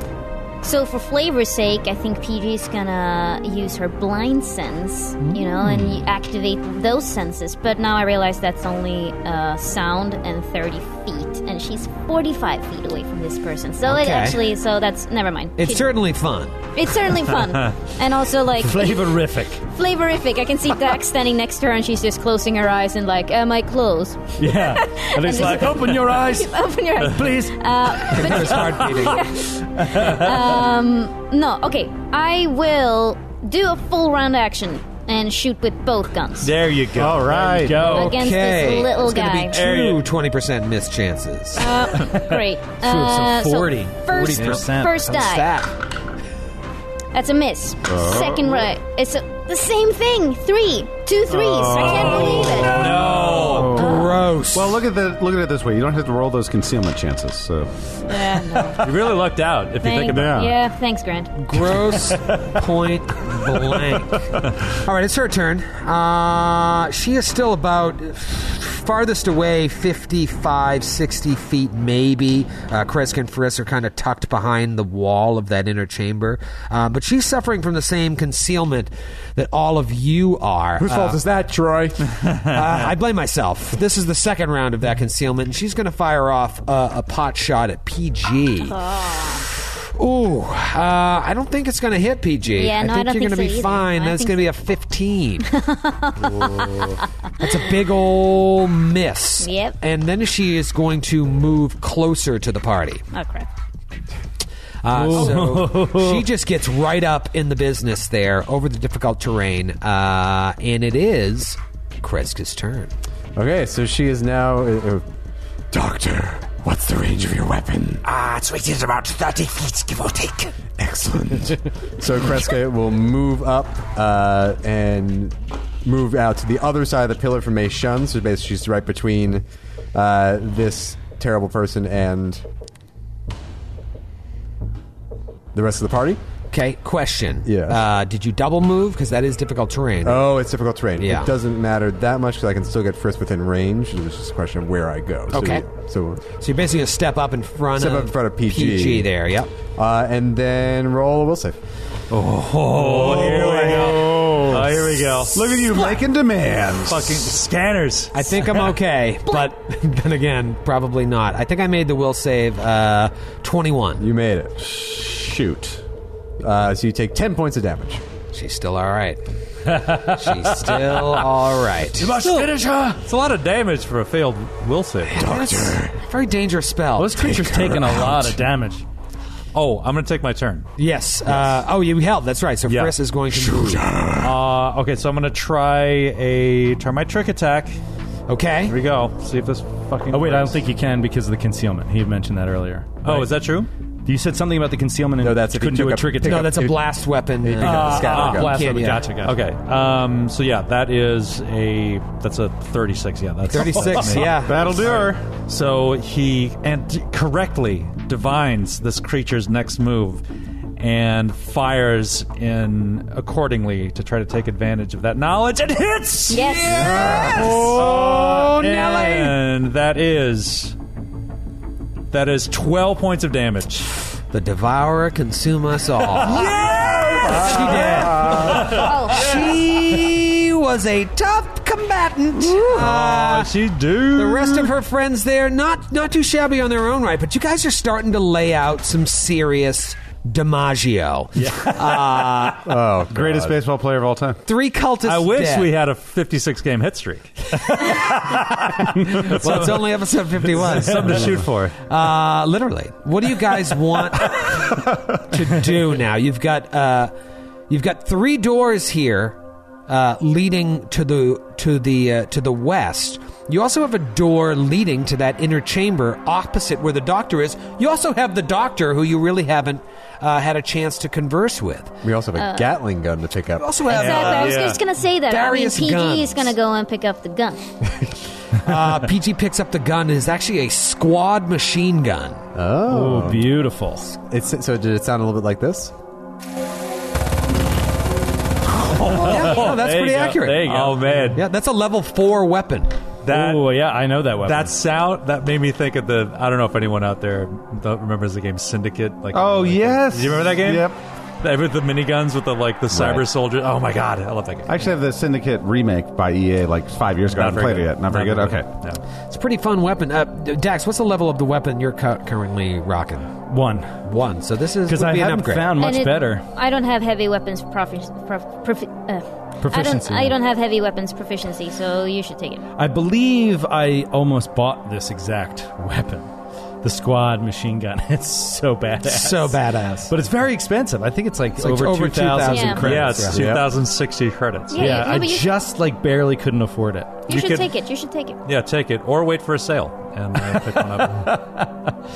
[SPEAKER 8] So for flavor's sake, I think PG's gonna use her blind sense, you know, and
[SPEAKER 5] Mm.
[SPEAKER 8] you activate those senses. But now I realize that's only uh, sound and 30 feet, and she's 45 feet away from this person. So it
[SPEAKER 5] Okay.
[SPEAKER 8] actually, so that's never mind.
[SPEAKER 5] It's
[SPEAKER 8] It-
[SPEAKER 5] certainly fun.
[SPEAKER 8] it's certainly fun, and also like
[SPEAKER 7] Flavorific.
[SPEAKER 8] flavorific. I can see Dax standing next to her, and she's just closing her eyes and like, "Am I close?
[SPEAKER 7] Yeah. And it's like, open your eyes,
[SPEAKER 8] Open your eyes."
[SPEAKER 7] please.
[SPEAKER 5] There's hard beating.
[SPEAKER 8] No, okay. I will do a full round action and shoot with both guns.
[SPEAKER 10] there you go
[SPEAKER 9] All right.
[SPEAKER 7] Go.
[SPEAKER 5] uh,
[SPEAKER 8] Against
[SPEAKER 5] okay.
[SPEAKER 8] this little
[SPEAKER 5] It's
[SPEAKER 8] guy.
[SPEAKER 5] going to be two 20% miss chances.
[SPEAKER 8] Uh, great. Uh,
[SPEAKER 7] so 40.
[SPEAKER 8] first,
[SPEAKER 7] 40%.
[SPEAKER 8] First die.
[SPEAKER 5] Stat.
[SPEAKER 8] That's a miss.
[SPEAKER 7] Uh-huh.
[SPEAKER 8] Second right. It's a, the same thing. Three. Two threes. I
[SPEAKER 7] Oh,
[SPEAKER 8] can't believe it.
[SPEAKER 5] Gross.
[SPEAKER 9] Well, look at the look at it this way. You don't have to roll those concealment chances. So
[SPEAKER 8] Yeah, no.
[SPEAKER 10] you really lucked out if you think
[SPEAKER 8] Thank-
[SPEAKER 10] about it
[SPEAKER 8] yeah, thanks, Grant. Oh,
[SPEAKER 5] Gross point blank. All right, it's her turn. Uh, she is still about farthest away, 55, 60 feet maybe. Uh, Kresk and Frisk are kind of tucked behind the wall of that inner chamber. Uh, but she's suffering from the same concealment that all of you are.
[SPEAKER 6] Whose
[SPEAKER 5] Uh,
[SPEAKER 6] fault is that, Troy?
[SPEAKER 5] uh, I blame myself. This is the second round of that concealment, and she's going to fire off uh, a pot shot at PG. Ooh, uh, I don't think it's going to hit PG.
[SPEAKER 8] Uh-huh. Yeah,
[SPEAKER 5] I
[SPEAKER 8] no, I
[SPEAKER 5] think
[SPEAKER 8] don't
[SPEAKER 5] you're
[SPEAKER 8] think
[SPEAKER 5] gonna
[SPEAKER 8] so
[SPEAKER 5] be
[SPEAKER 8] either.
[SPEAKER 5] fine.
[SPEAKER 8] No, I
[SPEAKER 5] That's going
[SPEAKER 8] think
[SPEAKER 5] to be a 15. That's a big old miss.
[SPEAKER 8] Yep.
[SPEAKER 5] And then she is going to move closer to the party.
[SPEAKER 8] Oh, crap.
[SPEAKER 5] Uh, so she just gets right up in the business there over the difficult terrain, uh, and it is Kreska's turn.
[SPEAKER 6] okay, so she is now. Uh, uh,
[SPEAKER 11] Doctor, what's the range of your weapon?
[SPEAKER 1] Ah, its range is about 30 feet, give or take.
[SPEAKER 11] Excellent.
[SPEAKER 6] so Kreska will move up uh, and move out to the other side of the pillar from Mei Shun. So basically, she's right between uh, this terrible person and the rest of the party.
[SPEAKER 5] Okay, question.
[SPEAKER 6] Yes.
[SPEAKER 5] Uh, did you double move? Because that is difficult terrain.
[SPEAKER 6] Oh, it's difficult terrain.
[SPEAKER 5] Yeah.
[SPEAKER 6] It doesn't matter that much because I can still get frisk within range. It's just a question of where I go. So-
[SPEAKER 5] Okay.
[SPEAKER 6] So,
[SPEAKER 5] So you're basically going to step up in front
[SPEAKER 6] Step
[SPEAKER 5] of
[SPEAKER 6] up in front of PG.
[SPEAKER 5] PG there, yep.
[SPEAKER 6] uh, and then roll a will save.
[SPEAKER 10] oh here we go oh here we go
[SPEAKER 9] look at you making demands.
[SPEAKER 10] fucking scanners
[SPEAKER 5] I think I'm okay, but then again, probably not. I think I made the will save uh, 21.
[SPEAKER 6] You made it.
[SPEAKER 9] Shoot.
[SPEAKER 6] Uh, so you take 10 points of damage.
[SPEAKER 5] She's still all right. She's still all right.
[SPEAKER 10] finish her. It's a lot of damage for a failed will save.
[SPEAKER 5] That's a very dangerous spell.
[SPEAKER 7] Those creatures taking a lot of damage.
[SPEAKER 10] Oh, I'm going to take my turn.
[SPEAKER 5] yes. Uh, oh, you held. That's right. So
[SPEAKER 10] Yeah.
[SPEAKER 5] Frisk is going to move.
[SPEAKER 10] Uh, okay, so I'm going to try a try my trick attack. Here
[SPEAKER 5] Okay.
[SPEAKER 10] we go. See if this fucking.
[SPEAKER 7] Oh, wait, I don't
[SPEAKER 10] works.
[SPEAKER 7] think you can because of the concealment. He had mentioned that earlier.
[SPEAKER 10] Oh, is that true?
[SPEAKER 7] You said something about the concealment and
[SPEAKER 6] No, that's if he
[SPEAKER 7] couldn't do
[SPEAKER 6] took
[SPEAKER 7] a
[SPEAKER 6] up-
[SPEAKER 7] trick
[SPEAKER 6] pick
[SPEAKER 7] attack.
[SPEAKER 5] No,
[SPEAKER 6] up-
[SPEAKER 5] that's a
[SPEAKER 6] it-
[SPEAKER 5] blast weapon.
[SPEAKER 6] pick up the scatter gun.
[SPEAKER 7] blast
[SPEAKER 5] can't-
[SPEAKER 7] weapon.
[SPEAKER 5] yeah.
[SPEAKER 7] Gotcha, gotcha.
[SPEAKER 10] Ah, Okay. Um. So yeah, that is a that's a 36. Yeah, that's
[SPEAKER 5] 36,
[SPEAKER 10] that's me.
[SPEAKER 5] yeah.
[SPEAKER 9] That'll do her.
[SPEAKER 10] So he and correctly divines this creature's next move and fires in accordingly to try to take advantage of that knowledge. It hits.
[SPEAKER 8] Yes.
[SPEAKER 10] Oh, And that is that is twelve points of damage.
[SPEAKER 5] The devourer consume us all.
[SPEAKER 8] Oh,
[SPEAKER 5] she was a tough combatant. Uh,
[SPEAKER 10] she do.
[SPEAKER 5] The rest of her friends there, not not too shabby on their own right, but you guys are starting to lay out some serious DiMaggio. Yeah. Uh,
[SPEAKER 9] Oh, greatest baseball player of all time.
[SPEAKER 5] three cultists.
[SPEAKER 10] I wish
[SPEAKER 5] dead.
[SPEAKER 10] we had a 56 game hit streak.
[SPEAKER 5] Well, it's only episode fifty-one.
[SPEAKER 10] Something to shoot for.
[SPEAKER 5] Uh, literally. What do you guys want to do now? You've got uh, you've got three doors here uh, leading to the to the uh, to the west. You also have a door leading to that inner chamber opposite where the doctor is. You also have the doctor who you really haven't uh, had a chance to converse with.
[SPEAKER 6] We also have a Gatling gun to pick up.
[SPEAKER 5] You also have uh,
[SPEAKER 8] Exactly. I was
[SPEAKER 10] Yeah.
[SPEAKER 8] just gonna say that.
[SPEAKER 5] Darius
[SPEAKER 8] I mean, PG
[SPEAKER 5] Guns.
[SPEAKER 8] is gonna go and pick up the gun.
[SPEAKER 5] uh, PG picks up the gun. It's actually a squad machine gun.
[SPEAKER 7] Oh, beautiful.
[SPEAKER 6] It's, so did it sound a little bit like this?
[SPEAKER 5] yeah, no, that's
[SPEAKER 7] Oh, There you
[SPEAKER 5] pretty
[SPEAKER 7] go.
[SPEAKER 5] accurate.
[SPEAKER 7] There you go.
[SPEAKER 10] Oh man,
[SPEAKER 5] Yeah, that's a level four weapon.
[SPEAKER 10] that
[SPEAKER 7] oh, yeah, I know that weapon.
[SPEAKER 10] that sound that made me think of the. I don't know if anyone out there th- remembers the game Syndicate. Like
[SPEAKER 9] Oh,
[SPEAKER 10] like,
[SPEAKER 9] yes.
[SPEAKER 10] do you remember that game?
[SPEAKER 9] Yep.
[SPEAKER 10] That- With the miniguns, with the like the cyber
[SPEAKER 9] Right.
[SPEAKER 10] soldiers. Oh my god, I love that game.
[SPEAKER 9] I actually have the Syndicate remake by EA like five years ago. I haven't played it yet. Not very good. Okay.
[SPEAKER 10] No.
[SPEAKER 5] It's a pretty fun weapon. Uh, Dax, what's the level of the weapon you're cu- currently rocking?
[SPEAKER 7] one.
[SPEAKER 5] One. So this is
[SPEAKER 7] Because
[SPEAKER 5] would
[SPEAKER 7] I
[SPEAKER 5] be an
[SPEAKER 7] haven't
[SPEAKER 5] upgrade.
[SPEAKER 7] found much
[SPEAKER 8] And it-
[SPEAKER 7] better.
[SPEAKER 8] I don't have heavy weapons profi- prof- profi- uh,
[SPEAKER 7] Proficiency.
[SPEAKER 8] I don't, I don't have heavy weapons proficiency, so you should take it.
[SPEAKER 7] I believe I almost bought this exact weapon. The squad machine gun. It's so badass.
[SPEAKER 5] So badass.
[SPEAKER 7] But it's very expensive. I think it's like
[SPEAKER 5] like
[SPEAKER 7] over,
[SPEAKER 5] over
[SPEAKER 7] 2,000
[SPEAKER 8] Yeah.
[SPEAKER 7] credits.
[SPEAKER 10] Yeah, it's
[SPEAKER 9] Yeah.
[SPEAKER 10] 2060 credits.
[SPEAKER 8] Yeah.
[SPEAKER 7] Yeah,
[SPEAKER 8] no,
[SPEAKER 7] I
[SPEAKER 8] but you-
[SPEAKER 7] just like barely couldn't afford it.
[SPEAKER 8] You,
[SPEAKER 10] You
[SPEAKER 8] should
[SPEAKER 10] could-
[SPEAKER 8] take it. You should take it.
[SPEAKER 10] Yeah, take it or wait for a sale and uh, pick one up.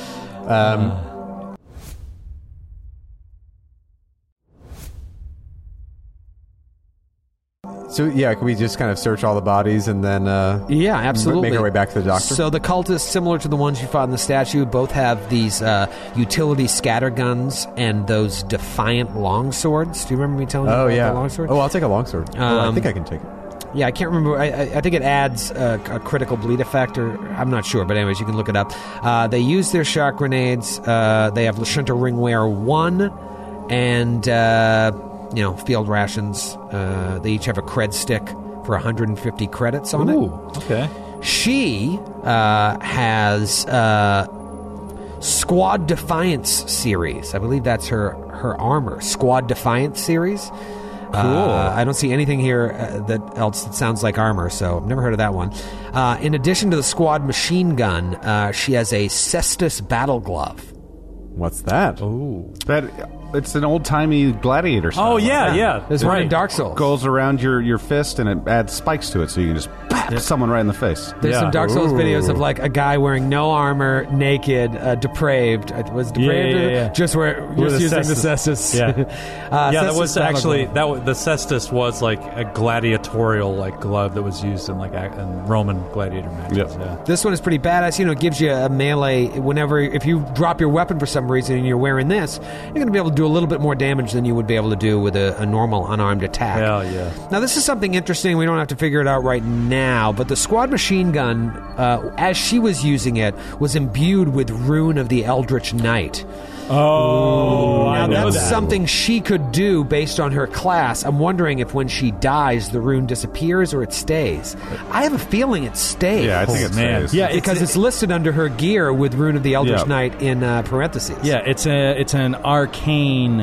[SPEAKER 6] So yeah, can we just kind of search all the bodies and then uh,
[SPEAKER 5] Yeah, absolutely.
[SPEAKER 6] make our way back to the doctor?
[SPEAKER 5] So the cultists, similar to the ones you fought in the statue, both have these uh, utility scatter guns and those defiant longswords. Do you remember me telling you
[SPEAKER 6] oh
[SPEAKER 5] about
[SPEAKER 6] yeah,
[SPEAKER 5] the longsword?
[SPEAKER 6] oh I'll take a longsword. oh, I
[SPEAKER 5] Um,
[SPEAKER 6] think I can take it.
[SPEAKER 5] Yeah, I can't remember. I, I, I think it adds a, a critical bleed effect, or I'm not sure. But anyways, you can look it up. Uh, they use their shock grenades. Uh, they have Lashunta Ringwear one, and uh, you know field rations. Uh, they each have a cred stick for 150 credits on it.
[SPEAKER 10] okay.
[SPEAKER 5] She uh, has uh, Squad Defiance series. I believe that's her her armor. Squad Defiance series. Uh, I don't see anything here uh, that else that sounds like armor, so I've never heard of that one. Uh, in addition to the squad machine gun, uh, she has a Cestus battle glove.
[SPEAKER 6] What's that?
[SPEAKER 9] That it's an old timey gladiator. Style
[SPEAKER 10] Oh yeah, yeah.
[SPEAKER 5] There's one in Dark Souls.
[SPEAKER 9] Goes around your, your fist and it adds spikes to it, so you can just pop someone right in the face.
[SPEAKER 5] There's
[SPEAKER 10] Yeah.
[SPEAKER 5] some Dark Souls videos of like a guy wearing no armor, naked, uh, depraved. Uh, was depraved?
[SPEAKER 7] yeah, yeah.
[SPEAKER 5] Just where
[SPEAKER 7] With
[SPEAKER 5] just
[SPEAKER 7] a
[SPEAKER 5] using the
[SPEAKER 7] cestus.
[SPEAKER 5] Cestus.
[SPEAKER 7] Yeah.
[SPEAKER 5] uh,
[SPEAKER 10] yeah, that
[SPEAKER 5] Cestus
[SPEAKER 10] was
[SPEAKER 5] battle
[SPEAKER 10] actually
[SPEAKER 5] glove.
[SPEAKER 10] that. wa- The cestus was like a gladiatorial like glove that was used in like ac- in Roman gladiator matches.
[SPEAKER 9] Yep.
[SPEAKER 10] Yeah.
[SPEAKER 5] This one is pretty badass. You know, it gives you a melee. Whenever, if you drop your weapon for some reason and you're wearing this, you're going to be able to do a little bit more damage than you would be able to do with a, a normal unarmed attack.
[SPEAKER 10] Hell yeah.
[SPEAKER 5] Now, this is something interesting. We don't have to figure it out right now, but the squad machine gun, uh, as she was using it, was imbued with Rune of the Eldritch Knight.
[SPEAKER 7] Oh,
[SPEAKER 5] Now,
[SPEAKER 7] I know
[SPEAKER 5] that's
[SPEAKER 7] that.
[SPEAKER 5] something she could do based on her class. I'm wondering if when she dies, the rune disappears or it stays. I have a feeling it stays.
[SPEAKER 9] Yeah, I think it's
[SPEAKER 10] man.
[SPEAKER 9] nice.
[SPEAKER 7] Yeah, it's-
[SPEAKER 5] because it's, listed under her gear with Rune of the Eldritch
[SPEAKER 9] Yeah.
[SPEAKER 5] Knight in uh, parentheses.
[SPEAKER 7] Yeah, it's a it's an arcane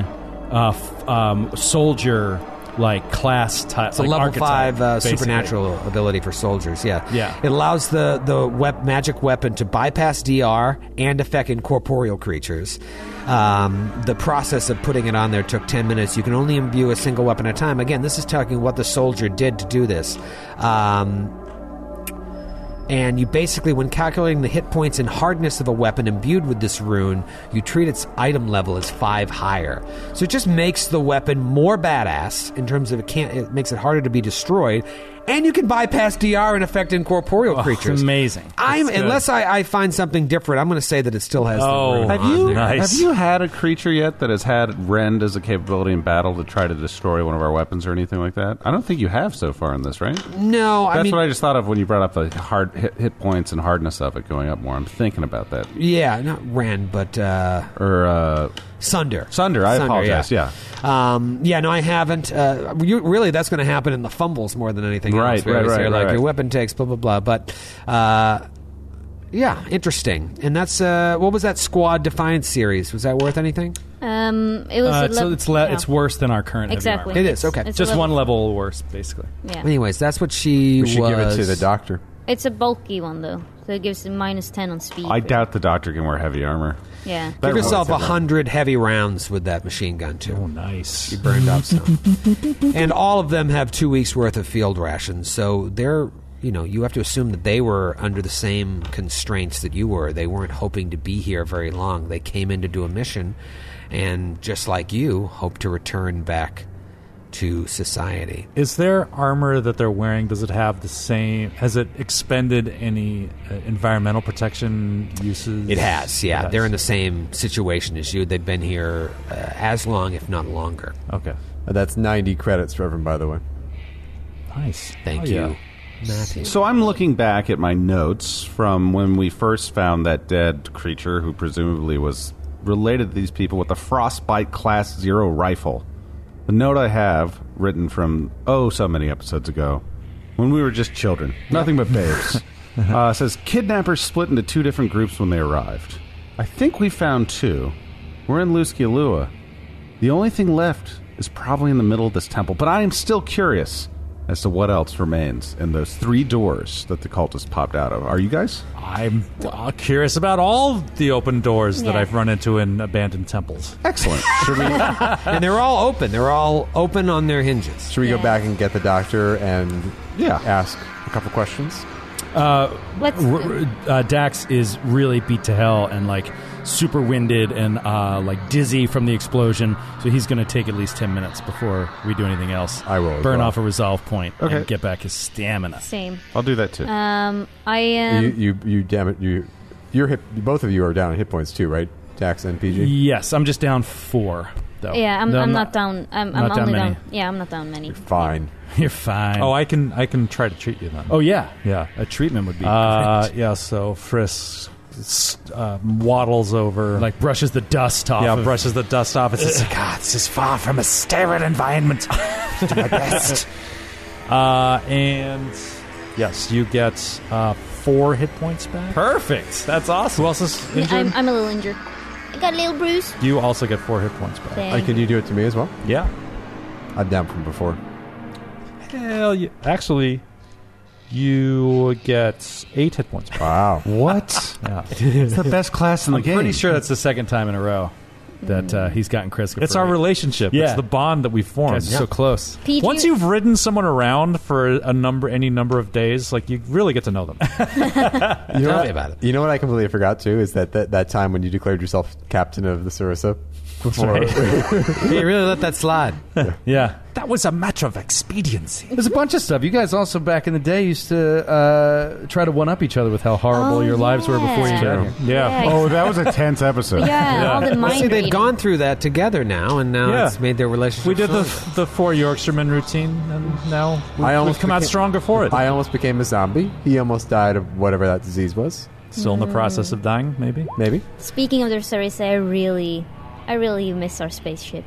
[SPEAKER 7] uh, f- um, soldier like class type.
[SPEAKER 5] It's a level five uh, supernatural ability for soldiers. Yeah,
[SPEAKER 7] Yeah.
[SPEAKER 5] It allows the the wep- magic weapon to bypass DR and affect incorporeal creatures. Um, the process of putting it on there took ten minutes. You can only imbue a single weapon at a time. Again, this is talking what the soldier did to do this. Um, And you basically, when calculating the hit points and hardness of a weapon imbued with this rune, you treat its item level as five higher. So it just makes the weapon more badass in terms of it can't. It makes it harder to be destroyed, and you can bypass DR and affect incorporeal creatures.
[SPEAKER 7] Oh, amazing.
[SPEAKER 5] I'm
[SPEAKER 7] That's good.
[SPEAKER 5] unless I, I find something different, I'm going to say that it still has. the
[SPEAKER 10] Oh,
[SPEAKER 7] Oh,
[SPEAKER 5] rune
[SPEAKER 9] have
[SPEAKER 5] on
[SPEAKER 9] you
[SPEAKER 5] there.
[SPEAKER 9] have you had a creature yet that has had rend as a capability in battle to try to destroy one of our weapons or anything like that? I don't think you have so far in this, right?
[SPEAKER 5] No,
[SPEAKER 9] That's
[SPEAKER 5] I mean,
[SPEAKER 9] what I just thought of when you brought up the hard hit, hit points and hardness of it going up more. I'm thinking about that.
[SPEAKER 5] yeah, not Rand, but uh,
[SPEAKER 9] Or uh,
[SPEAKER 5] Sunder.
[SPEAKER 9] Sunder. I
[SPEAKER 5] Sunder,
[SPEAKER 9] apologize. Yeah.
[SPEAKER 5] Um, yeah, no, I haven't. Uh, you, really, that's going to happen in the fumbles more than anything
[SPEAKER 9] Right,
[SPEAKER 5] else. where
[SPEAKER 9] right,
[SPEAKER 5] it's
[SPEAKER 9] right,
[SPEAKER 5] there,
[SPEAKER 9] right,
[SPEAKER 5] Like
[SPEAKER 9] right.
[SPEAKER 5] your weapon takes blah blah blah. But uh, yeah, interesting. And that's uh, what was that Squad Defiance series? Was that worth anything?
[SPEAKER 8] Um, it was
[SPEAKER 7] Uh,
[SPEAKER 8] a
[SPEAKER 7] it's,
[SPEAKER 8] lev-
[SPEAKER 7] it's, le-
[SPEAKER 8] yeah.
[SPEAKER 7] it's worse than our current heavy
[SPEAKER 8] Exactly.
[SPEAKER 7] armor.
[SPEAKER 5] It is, okay.
[SPEAKER 8] It's a
[SPEAKER 7] Just
[SPEAKER 8] level-
[SPEAKER 7] one level worse, basically.
[SPEAKER 8] Yeah.
[SPEAKER 5] Anyways, that's what she.
[SPEAKER 6] We should give it
[SPEAKER 5] was-
[SPEAKER 6] to the doctor.
[SPEAKER 8] It's a bulky one though, so it gives it minus ten on speed.
[SPEAKER 9] I doubt the doctor can wear heavy armor.
[SPEAKER 8] Yeah.
[SPEAKER 9] That
[SPEAKER 5] Give yourself a
[SPEAKER 9] reminds me.
[SPEAKER 5] hundred heavy rounds with that machine gun too.
[SPEAKER 10] Oh, nice.
[SPEAKER 5] She burned up some. and all of them have two weeks worth of field rations, so they're you know you have to assume that they were under the same constraints that you were. They weren't hoping to be here very long. They came in to do a mission, and just like you, hope to return back to society.
[SPEAKER 10] Is their armor that they're wearing? Does it have the same? Has it expended any uh, environmental protection uses?
[SPEAKER 5] It has,
[SPEAKER 10] It
[SPEAKER 5] yeah.
[SPEAKER 10] has.
[SPEAKER 5] They're in the same situation as you. They've been here uh, as long, if not longer.
[SPEAKER 10] okay.
[SPEAKER 6] Uh, That's 90 credits for him, by the way.
[SPEAKER 10] Nice.
[SPEAKER 5] Thank
[SPEAKER 10] Oh,
[SPEAKER 5] you,
[SPEAKER 10] yeah.
[SPEAKER 5] Matthew.
[SPEAKER 9] So I'm looking back at my notes from when we first found that dead creature who presumably was related to these people with the Frostbite Class Zero rifle. The note I have written from oh so many episodes ago, when we were just children, nothing but babes, uh, says kidnappers split into two different groups when they arrived. I think we found two. We're in Luskialua. The only thing left is probably in the middle of this temple, but I am still curious as to what else remains in those three doors that the cultists popped out of. Are you guys?
[SPEAKER 10] I'm uh, curious about all the open doors that
[SPEAKER 8] Yeah.
[SPEAKER 10] I've run into in abandoned temples.
[SPEAKER 9] Excellent. Should we?
[SPEAKER 5] and they're all open. They're all open on their hinges.
[SPEAKER 6] Should we go back and get the doctor and
[SPEAKER 9] Yeah.
[SPEAKER 6] ask a couple questions?
[SPEAKER 8] Let's.
[SPEAKER 7] R- r- uh, Dax is really beat to hell and like super winded and uh, like dizzy from the explosion. So he's going to take at least ten minutes before we do anything else.
[SPEAKER 6] I will as
[SPEAKER 7] burn
[SPEAKER 6] well.
[SPEAKER 7] off a resolve point
[SPEAKER 9] Okay.
[SPEAKER 7] and get back his stamina.
[SPEAKER 8] same.
[SPEAKER 9] I'll do that too.
[SPEAKER 8] Um, I am.
[SPEAKER 6] you, you, you, damn it, you, you're hit, both of you are down in hit points too, right? Dax and PG.
[SPEAKER 7] Yes, I'm just down four though.
[SPEAKER 8] yeah, I'm,
[SPEAKER 7] No,
[SPEAKER 8] I'm not, down. I'm, I'm
[SPEAKER 7] not down
[SPEAKER 8] only down,
[SPEAKER 7] many.
[SPEAKER 8] Yeah, I'm not down many.
[SPEAKER 6] Fine.
[SPEAKER 7] You're fine.
[SPEAKER 10] Oh, I can I can try to treat you then.
[SPEAKER 7] oh yeah,
[SPEAKER 10] yeah.
[SPEAKER 7] A treatment would be
[SPEAKER 10] Uh,
[SPEAKER 7] great.
[SPEAKER 10] yeah. So Frisk s- uh, waddles over,
[SPEAKER 7] like brushes the dust off.
[SPEAKER 10] yeah,
[SPEAKER 7] of-
[SPEAKER 10] brushes the dust off. It's just like, ah, this is far from a sterile environment. Do my best. uh, and yes, you get uh, four hit points back.
[SPEAKER 7] Perfect. That's awesome.
[SPEAKER 10] Who else is
[SPEAKER 8] Yeah,
[SPEAKER 10] injured?
[SPEAKER 8] I'm, uh, I'm a little injured. I got a little bruise.
[SPEAKER 10] you also get four hit points back.
[SPEAKER 8] Dang.
[SPEAKER 6] Uh, can you do it to me as well?
[SPEAKER 10] Yeah.
[SPEAKER 6] I'm down from before.
[SPEAKER 10] Hell, you, actually, you get eight hit points. Back.
[SPEAKER 6] Wow.
[SPEAKER 9] what?
[SPEAKER 10] Yeah.
[SPEAKER 9] It's the best class in the game.
[SPEAKER 7] Pretty sure that's the second time in a row that uh, he's gotten Chris.
[SPEAKER 10] It's our relationship. It's
[SPEAKER 7] Yeah.
[SPEAKER 10] the bond that we formed.
[SPEAKER 7] Guys are so close.
[SPEAKER 8] PG,
[SPEAKER 10] Once you've ridden someone around for a number, any number of days, like you really get to know them.
[SPEAKER 6] You know
[SPEAKER 5] Tell
[SPEAKER 6] what,
[SPEAKER 5] me about it.
[SPEAKER 6] You know what I completely forgot too is that that, that time when you declared yourself captain of the Sarissa. Before,
[SPEAKER 5] Hey, really let that slide.
[SPEAKER 7] Yeah.
[SPEAKER 10] that was a matter of expediency.
[SPEAKER 7] There's a bunch of stuff. You guys also back in the day used to uh, try to one up each other with how horrible
[SPEAKER 8] Oh,
[SPEAKER 7] your lives were before you
[SPEAKER 8] yeah.
[SPEAKER 7] got here.
[SPEAKER 10] Yeah.
[SPEAKER 8] Yeah,
[SPEAKER 9] Oh, that was a tense episode.
[SPEAKER 8] yeah, all the mind
[SPEAKER 5] Well, see, they've
[SPEAKER 8] reading.
[SPEAKER 5] gone through that together now, and now
[SPEAKER 10] Yeah.
[SPEAKER 5] it's made their relationship.
[SPEAKER 10] We did the
[SPEAKER 5] stronger.
[SPEAKER 10] the four Yorkshiremen routine, and now we've,
[SPEAKER 6] I
[SPEAKER 10] we've
[SPEAKER 6] almost
[SPEAKER 10] come out
[SPEAKER 6] became-
[SPEAKER 10] stronger for it.
[SPEAKER 6] I almost became a zombie. He almost died of whatever that disease was.
[SPEAKER 10] Still in the process of dying, maybe.
[SPEAKER 6] Maybe.
[SPEAKER 8] Speaking of the Sarissa, I really, I really miss our spaceship.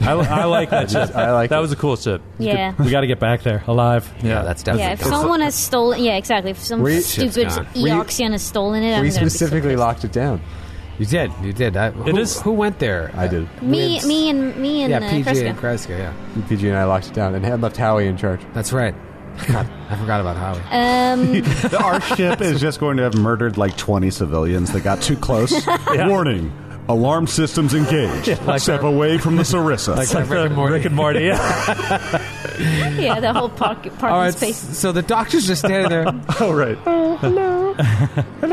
[SPEAKER 10] I, I like that ship.
[SPEAKER 6] I like
[SPEAKER 10] that
[SPEAKER 6] it.
[SPEAKER 10] was a cool ship.
[SPEAKER 8] Yeah.
[SPEAKER 7] We got to get back there alive.
[SPEAKER 5] Yeah, that's definitely.
[SPEAKER 8] Yeah, if someone has stolen, yeah, exactly. If some
[SPEAKER 6] We-
[SPEAKER 8] stupid
[SPEAKER 5] Shit's gone.
[SPEAKER 6] We-
[SPEAKER 8] Eoxian has stolen it, I'm
[SPEAKER 6] we
[SPEAKER 8] gonna be so
[SPEAKER 6] specifically
[SPEAKER 8] pissed.
[SPEAKER 6] locked it down.
[SPEAKER 5] you did, you did. I, who,
[SPEAKER 10] It is-
[SPEAKER 5] who went there?
[SPEAKER 6] I did.
[SPEAKER 8] me,
[SPEAKER 5] With-
[SPEAKER 8] me, and me and
[SPEAKER 5] yeah,
[SPEAKER 8] uh,
[SPEAKER 5] PJ
[SPEAKER 8] Kreska.
[SPEAKER 5] and Kreska. Yeah,
[SPEAKER 6] PG and I locked it down and had left Howie in charge.
[SPEAKER 5] that's right. God, I forgot about Howie.
[SPEAKER 8] Um,
[SPEAKER 9] the, our ship is just going to have murdered like 20 civilians that got too close. Warning. Alarm systems engaged.
[SPEAKER 5] Like
[SPEAKER 9] Step
[SPEAKER 5] our-
[SPEAKER 9] away from the Sarissa.
[SPEAKER 10] It's like Rick and Morty. yeah.
[SPEAKER 8] yeah, the whole park, parking
[SPEAKER 5] All right,
[SPEAKER 8] space.
[SPEAKER 5] s- so the doctor's just standing there.
[SPEAKER 9] oh, right.
[SPEAKER 8] Oh, hello.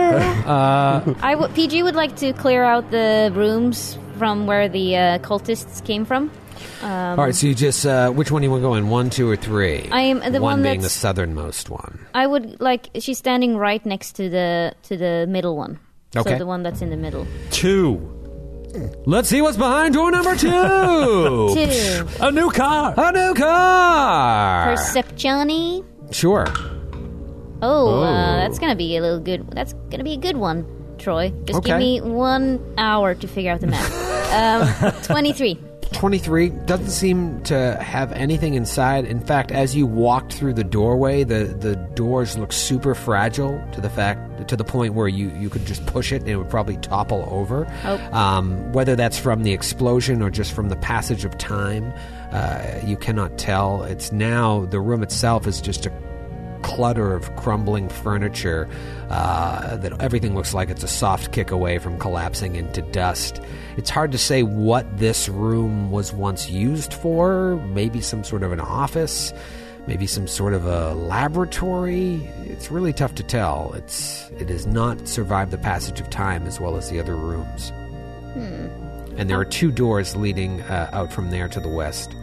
[SPEAKER 5] Uh,
[SPEAKER 8] I w- PG would like to clear out the rooms from where the uh, cultists came from. Um,
[SPEAKER 5] all right, so you just uh, which one do you want to go in? One, two, or three?
[SPEAKER 8] I am-
[SPEAKER 5] one
[SPEAKER 8] the one
[SPEAKER 5] being the
[SPEAKER 8] that's-
[SPEAKER 5] southernmost one.
[SPEAKER 8] I would like. She's standing right next to the to the middle one.
[SPEAKER 5] Okay.
[SPEAKER 8] So the one that's in the middle.
[SPEAKER 10] Two.
[SPEAKER 5] Let's see what's behind door number two.
[SPEAKER 8] Two.
[SPEAKER 10] A new car.
[SPEAKER 5] A new car.
[SPEAKER 8] Perceptiony.
[SPEAKER 5] sure.
[SPEAKER 8] Oh,
[SPEAKER 5] Oh.
[SPEAKER 8] Uh, that's gonna be a little good. That's gonna be a good one, Troy. Just give
[SPEAKER 5] Okay.
[SPEAKER 8] me one hour to figure out the map. um, Twenty-three.
[SPEAKER 5] 23 doesn't seem to have anything inside. In fact, as you walked through the doorway, the, the doors look super fragile to the fact to the point where you, you could just push it and it would probably topple over.
[SPEAKER 12] Oh.
[SPEAKER 5] Um, whether that's from the explosion or just from the passage of time, uh, you cannot tell. It's now the room itself is just a clutter of crumbling furniture uh, that everything looks like it's a soft kick away from collapsing into dust. It's hard to say what this room was once used for. Maybe some sort of an office, maybe some sort of a laboratory. It's really tough to tell. It's it has not survived the passage of time as well as the other rooms.
[SPEAKER 8] Hmm.
[SPEAKER 5] And there are two doors leading uh, out from there to the west.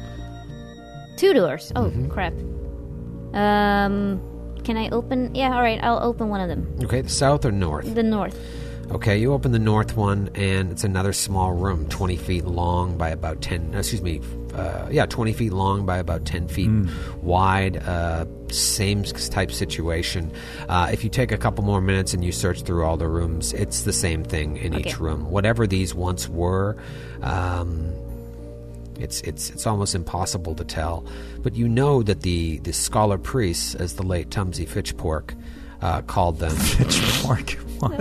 [SPEAKER 8] Two doors. Oh
[SPEAKER 2] Mm-hmm.
[SPEAKER 8] crap. Um, can I open? Yeah. All right. I'll open one of them.
[SPEAKER 5] Okay, the south or north?
[SPEAKER 8] The north.
[SPEAKER 5] Okay, you open the north one, and it's another small room, 20 feet long by about 10, no, excuse me, uh, yeah, 20 feet long by about 10 feet wide. Uh, same s- type situation. Uh, if you take a couple more minutes and you search through all the rooms, it's the same thing in
[SPEAKER 13] Okay.
[SPEAKER 5] each room. Whatever these once were, um, it's it's it's almost impossible to tell, but you know that the the scholar priests, as the late Tumsy Fitchpork uh, called them, Fitchpork.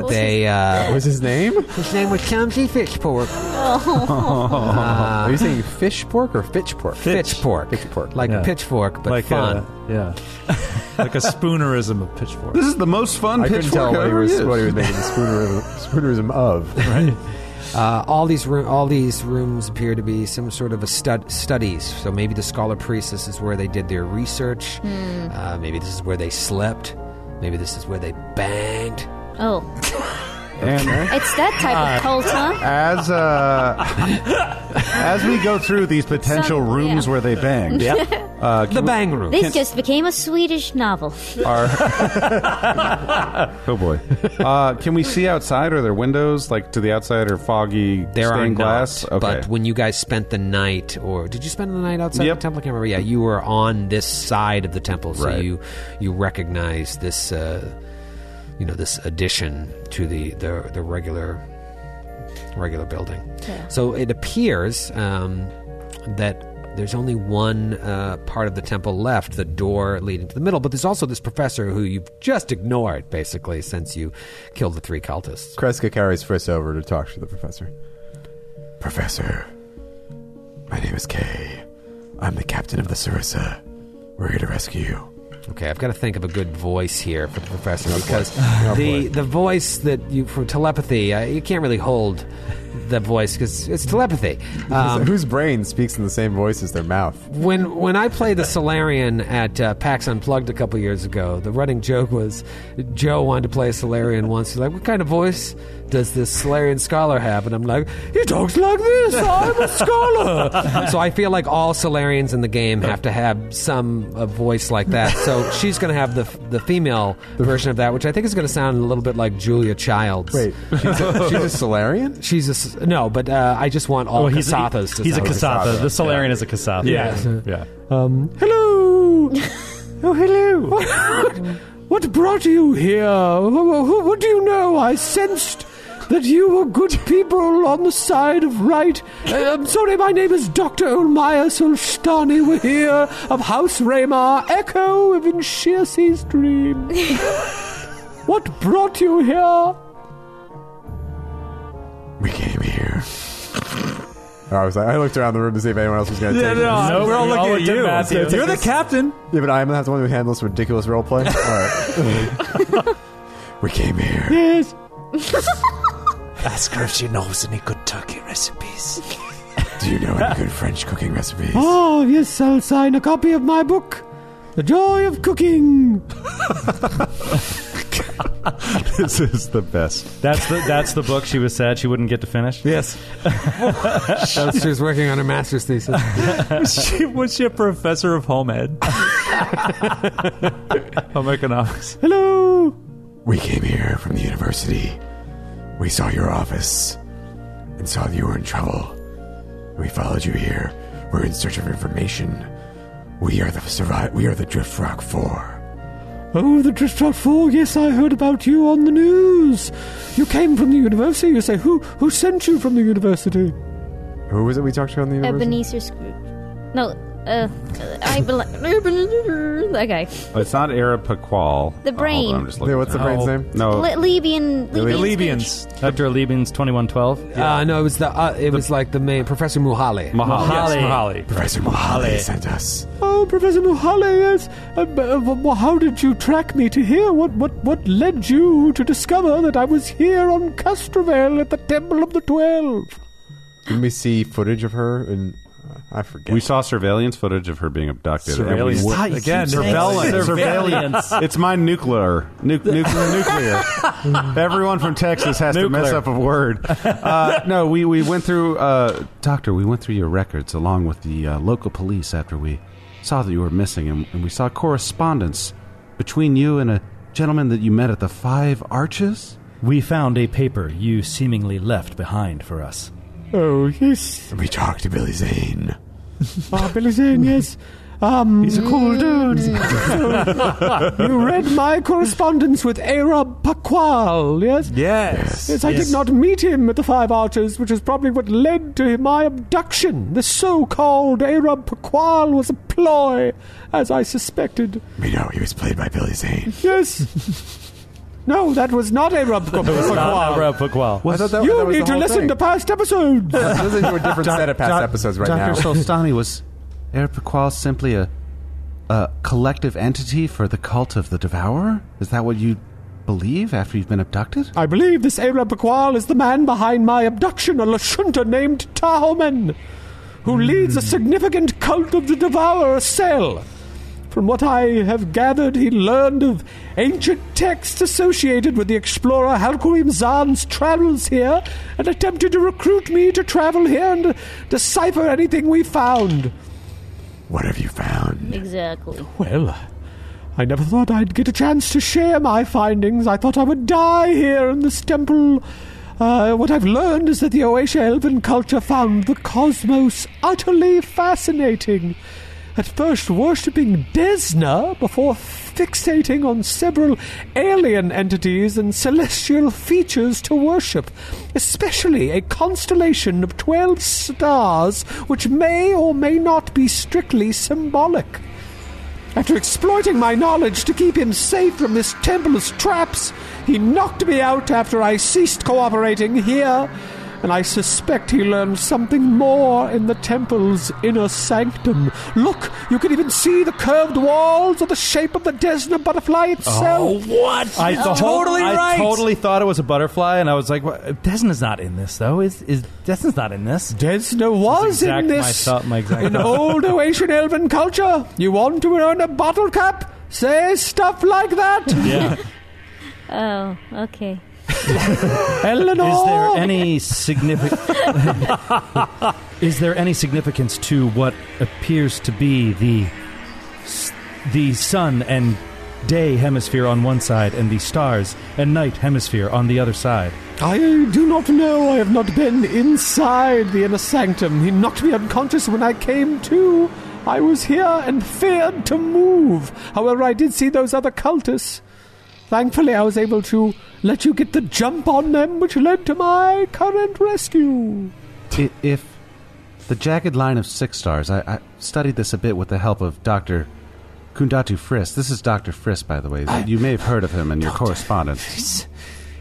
[SPEAKER 5] They uh,
[SPEAKER 6] What was his name?
[SPEAKER 5] His name was Tomsy Fitchpork.
[SPEAKER 6] Oh. Are you saying fish pork or fitch pork?
[SPEAKER 5] Fitch pork. Like uh,
[SPEAKER 6] Yeah. uh,
[SPEAKER 5] pitchfork, but
[SPEAKER 10] like
[SPEAKER 5] fun.
[SPEAKER 10] A, yeah, like a spoonerism of pitchfork.
[SPEAKER 9] This is the most fun
[SPEAKER 6] I couldn't
[SPEAKER 9] pitchfork
[SPEAKER 6] tell
[SPEAKER 9] I've
[SPEAKER 6] what he
[SPEAKER 9] ever
[SPEAKER 6] was,
[SPEAKER 9] used.
[SPEAKER 6] what he was making the spoonerism, spoonerism of.
[SPEAKER 5] Uh, all these roo- all these rooms appear to be some sort of a stud- studies. So maybe the scholar priestess is where they did their research.
[SPEAKER 8] Hmm.
[SPEAKER 5] Uh, maybe this is where they slept. Maybe this is where they banged.
[SPEAKER 8] Oh. It's that type of cult, huh?
[SPEAKER 9] As uh, as we go through these potential
[SPEAKER 8] Some-
[SPEAKER 9] rooms
[SPEAKER 8] yeah.
[SPEAKER 9] where they bang,
[SPEAKER 8] Yeah.
[SPEAKER 9] uh, the
[SPEAKER 5] bang room.
[SPEAKER 8] This just became a Swedish novel.
[SPEAKER 9] oh boy, uh, can we see outside? Are there windows like to the outside or foggy
[SPEAKER 5] There are
[SPEAKER 9] stained
[SPEAKER 5] not,
[SPEAKER 9] glass?
[SPEAKER 5] but when you guys spent the night, or did you spend the night outside
[SPEAKER 9] Yep.
[SPEAKER 5] the temple? I can't remember. Yeah, you were on this side of the temple, so
[SPEAKER 9] Right.
[SPEAKER 5] you you recognize this, uh, you know, this addition to the the, the regular regular building.
[SPEAKER 13] Yeah.
[SPEAKER 5] So it appears um, that. There's only one uh, part of the temple left, the door leading to the middle, but there's also this professor who you've just ignored, basically, since you killed the three cultists.
[SPEAKER 6] Kreska carries Friss over to talk to the professor.
[SPEAKER 11] Professor, my name is Kay. I'm the captain of the Sarissa. We're here to rescue you.
[SPEAKER 5] Okay, I've got to think of a good voice here for the professor because
[SPEAKER 11] boy.
[SPEAKER 5] the the voice that you for telepathy uh, you can't really hold the voice because it's telepathy. Um,
[SPEAKER 6] Whose brain speaks in the same voice as their mouth?
[SPEAKER 5] when when I played the Solarian at uh, PAX Unplugged a couple years ago, the running joke was Joe wanted to play a Solarian once. He's like, "What kind of voice does this Solarian scholar have?" And I'm like, "He talks like this. I'm a scholar." so I feel like all Solarians in the game have to have some a voice like that. So she's going to have the the female version of that, which I think is going to sound a little bit like Julia Childs. Wait,
[SPEAKER 6] she's a, she's a Solarian?
[SPEAKER 5] She's a s- no, but uh, I just want all
[SPEAKER 10] Oh, he's a-
[SPEAKER 5] Kasathas. to
[SPEAKER 10] he's a
[SPEAKER 5] sound like
[SPEAKER 10] Kasatha.
[SPEAKER 5] Kasatha.
[SPEAKER 10] The Solarian is a Kasatha.
[SPEAKER 5] Yeah.
[SPEAKER 10] yeah.
[SPEAKER 5] Um, hello. oh, hello. what brought you here? Who- who- What do you know? I sensed that you were good people on the side of right. Uh, I'm sorry, my name is Dr. Olmaya Solstani. We're here of House Raymar, Echo of Inshirsi's dream. what brought you here?
[SPEAKER 6] We came here. I was like, I looked around the room to see if anyone else was going to
[SPEAKER 10] Yeah,
[SPEAKER 6] take
[SPEAKER 10] no,
[SPEAKER 6] this.
[SPEAKER 10] Nope, we're all we're looking all at you. looking at you. You're the captain.
[SPEAKER 6] Yeah, but I'm not the one who handles ridiculous roleplay. All right. we came here. Yes.
[SPEAKER 10] Ask her if she knows any good turkey recipes.
[SPEAKER 6] Do Do you know any good French cooking recipes?
[SPEAKER 5] Oh, yes, I'll sign a copy of my book, The Joy of Cooking.
[SPEAKER 2] this is the best.
[SPEAKER 7] That's the that's the book she was sad she wouldn't get to finish.
[SPEAKER 5] Yes, she was working on her master's thesis.
[SPEAKER 14] was, she, was she a professor of home ed? home economics.
[SPEAKER 5] Hello.
[SPEAKER 6] We came here from the university. We saw your office and saw that you were in trouble. We followed you here. We're in search of information. We are the survive. We are the Drift Rock Four.
[SPEAKER 5] Oh, the Driftwood Four. Yes, I heard about you on the news. You came from the university. You say who who sent you from the university?
[SPEAKER 15] Who was it we talked to on the university?
[SPEAKER 8] Ebenezer Scrooge. No, uh, I believe. okay.
[SPEAKER 2] It's not Arapaqual.
[SPEAKER 8] The brain.
[SPEAKER 2] I'm just looking
[SPEAKER 15] what's the
[SPEAKER 2] it
[SPEAKER 15] brain's
[SPEAKER 2] up.
[SPEAKER 15] name?
[SPEAKER 2] No.
[SPEAKER 8] Le- Libyan. Libyan.
[SPEAKER 7] Dr. Alibian's 2112.
[SPEAKER 5] Uh, no, it was the uh, it was like the main Professor Muhale.
[SPEAKER 2] Mahali.
[SPEAKER 14] Yes,
[SPEAKER 7] Holly.
[SPEAKER 14] Mahali.
[SPEAKER 6] Professor Mohale sent us.
[SPEAKER 5] Oh, Professor Muhale, yes. Um, uh, well, how did you track me to here? What what what led you to discover that I was here on Castrovel at the Temple of the Twelve?
[SPEAKER 15] Didn't we see footage of her? And uh, I forget.
[SPEAKER 2] We saw surveillance footage of her being abducted. and we
[SPEAKER 14] Surveillance.
[SPEAKER 2] were-
[SPEAKER 14] Ah, you
[SPEAKER 2] Again,
[SPEAKER 14] keep saying
[SPEAKER 2] surveillance.
[SPEAKER 7] surveillance.
[SPEAKER 2] it's my nuclear. Nu- nu- nuclear. Everyone from Texas has to mess
[SPEAKER 7] Nuclear.
[SPEAKER 2] up a word. Uh, no, we, we went through, uh, Doctor, we went through your records along with the uh, local police after we saw that you were missing, and, and we saw correspondence between you and a gentleman that you met at the Five Arches?
[SPEAKER 7] We found a paper you seemingly left behind for us.
[SPEAKER 5] Oh yes,
[SPEAKER 6] We talked to Billy Zane.
[SPEAKER 5] ah, Billy Zane, yes. Um,
[SPEAKER 7] He's a cool dude.
[SPEAKER 5] you read my correspondence with Arab Paqual, yes?
[SPEAKER 14] Yes.
[SPEAKER 5] Yes, I did not meet him at the Five Arches, which is probably what led to my abduction. The so-called Arab Paqual was a ploy, as I suspected.
[SPEAKER 6] We know he was played by Billy Zane.
[SPEAKER 5] Yes. no, that was not Arab Paqual.
[SPEAKER 15] I thought that,
[SPEAKER 5] You
[SPEAKER 15] that was the
[SPEAKER 5] need to
[SPEAKER 15] whole
[SPEAKER 5] listen
[SPEAKER 15] thing.
[SPEAKER 5] to past episodes.
[SPEAKER 15] Listen to a different set of past episodes right now.
[SPEAKER 2] Dr. Solstani was Arapaqual simply a, a collective entity for the cult of the devourer? Is that what you believe after you've been abducted?
[SPEAKER 5] I believe this Arab Paqual is the man behind my abduction, a Lashunta named Tahoman, who leads a significant cult of the Devourer cell. From what I have gathered, he learned of ancient texts associated with the explorer Halkuim Zan's travels here and attempted to recruit me to travel here and decipher anything we found.
[SPEAKER 6] What have you found?
[SPEAKER 8] Exactly.
[SPEAKER 5] Well, I never thought I'd get a chance to share my findings. I thought I would die here in this temple. Uh, what I've learned is that the Oasia Elven culture found the cosmos utterly fascinating. At first, worshipping Desna before fixating on several alien entities and celestial features to worship, especially a constellation of twelve stars which may or may not be strictly symbolic. After exploiting my knowledge to keep him safe from this temple's traps, he knocked me out after I ceased cooperating here, and I suspect he learned something more in the temple's inner sanctum. Look, you can even see the curved walls or the shape of the Desna butterfly itself.
[SPEAKER 7] Oh,
[SPEAKER 14] what?
[SPEAKER 7] I the whole-
[SPEAKER 14] Totally
[SPEAKER 7] I
[SPEAKER 14] right.
[SPEAKER 7] totally thought it was a butterfly, and I was like, well, "Desna's not in this, though. Is is Desna's not in this?"
[SPEAKER 5] Desna was
[SPEAKER 7] exact
[SPEAKER 5] in
[SPEAKER 7] my
[SPEAKER 5] this
[SPEAKER 7] thought- my exact
[SPEAKER 5] in
[SPEAKER 7] thought.
[SPEAKER 5] old Oasian elven culture. You want to earn a bottle cap? Say stuff like that,
[SPEAKER 8] Oh, okay.
[SPEAKER 5] Eleanor.
[SPEAKER 7] Is there any significant? is there any significance to what appears to be the s- the sun and day hemisphere on one side, and the stars and night hemisphere on the other side?
[SPEAKER 5] I do not know. I have not been inside the inner sanctum. He knocked me unconscious when I came to. I was here and feared to move. However, I did see those other cultists. Thankfully, I was able to let you get the jump on them, which led to my current rescue.
[SPEAKER 2] I- if the jagged line of six stars, I, I studied this a bit with the help of Doctor Kundatu Friss. This is Doctor Friss, by the way. You may have heard of him in your correspondence.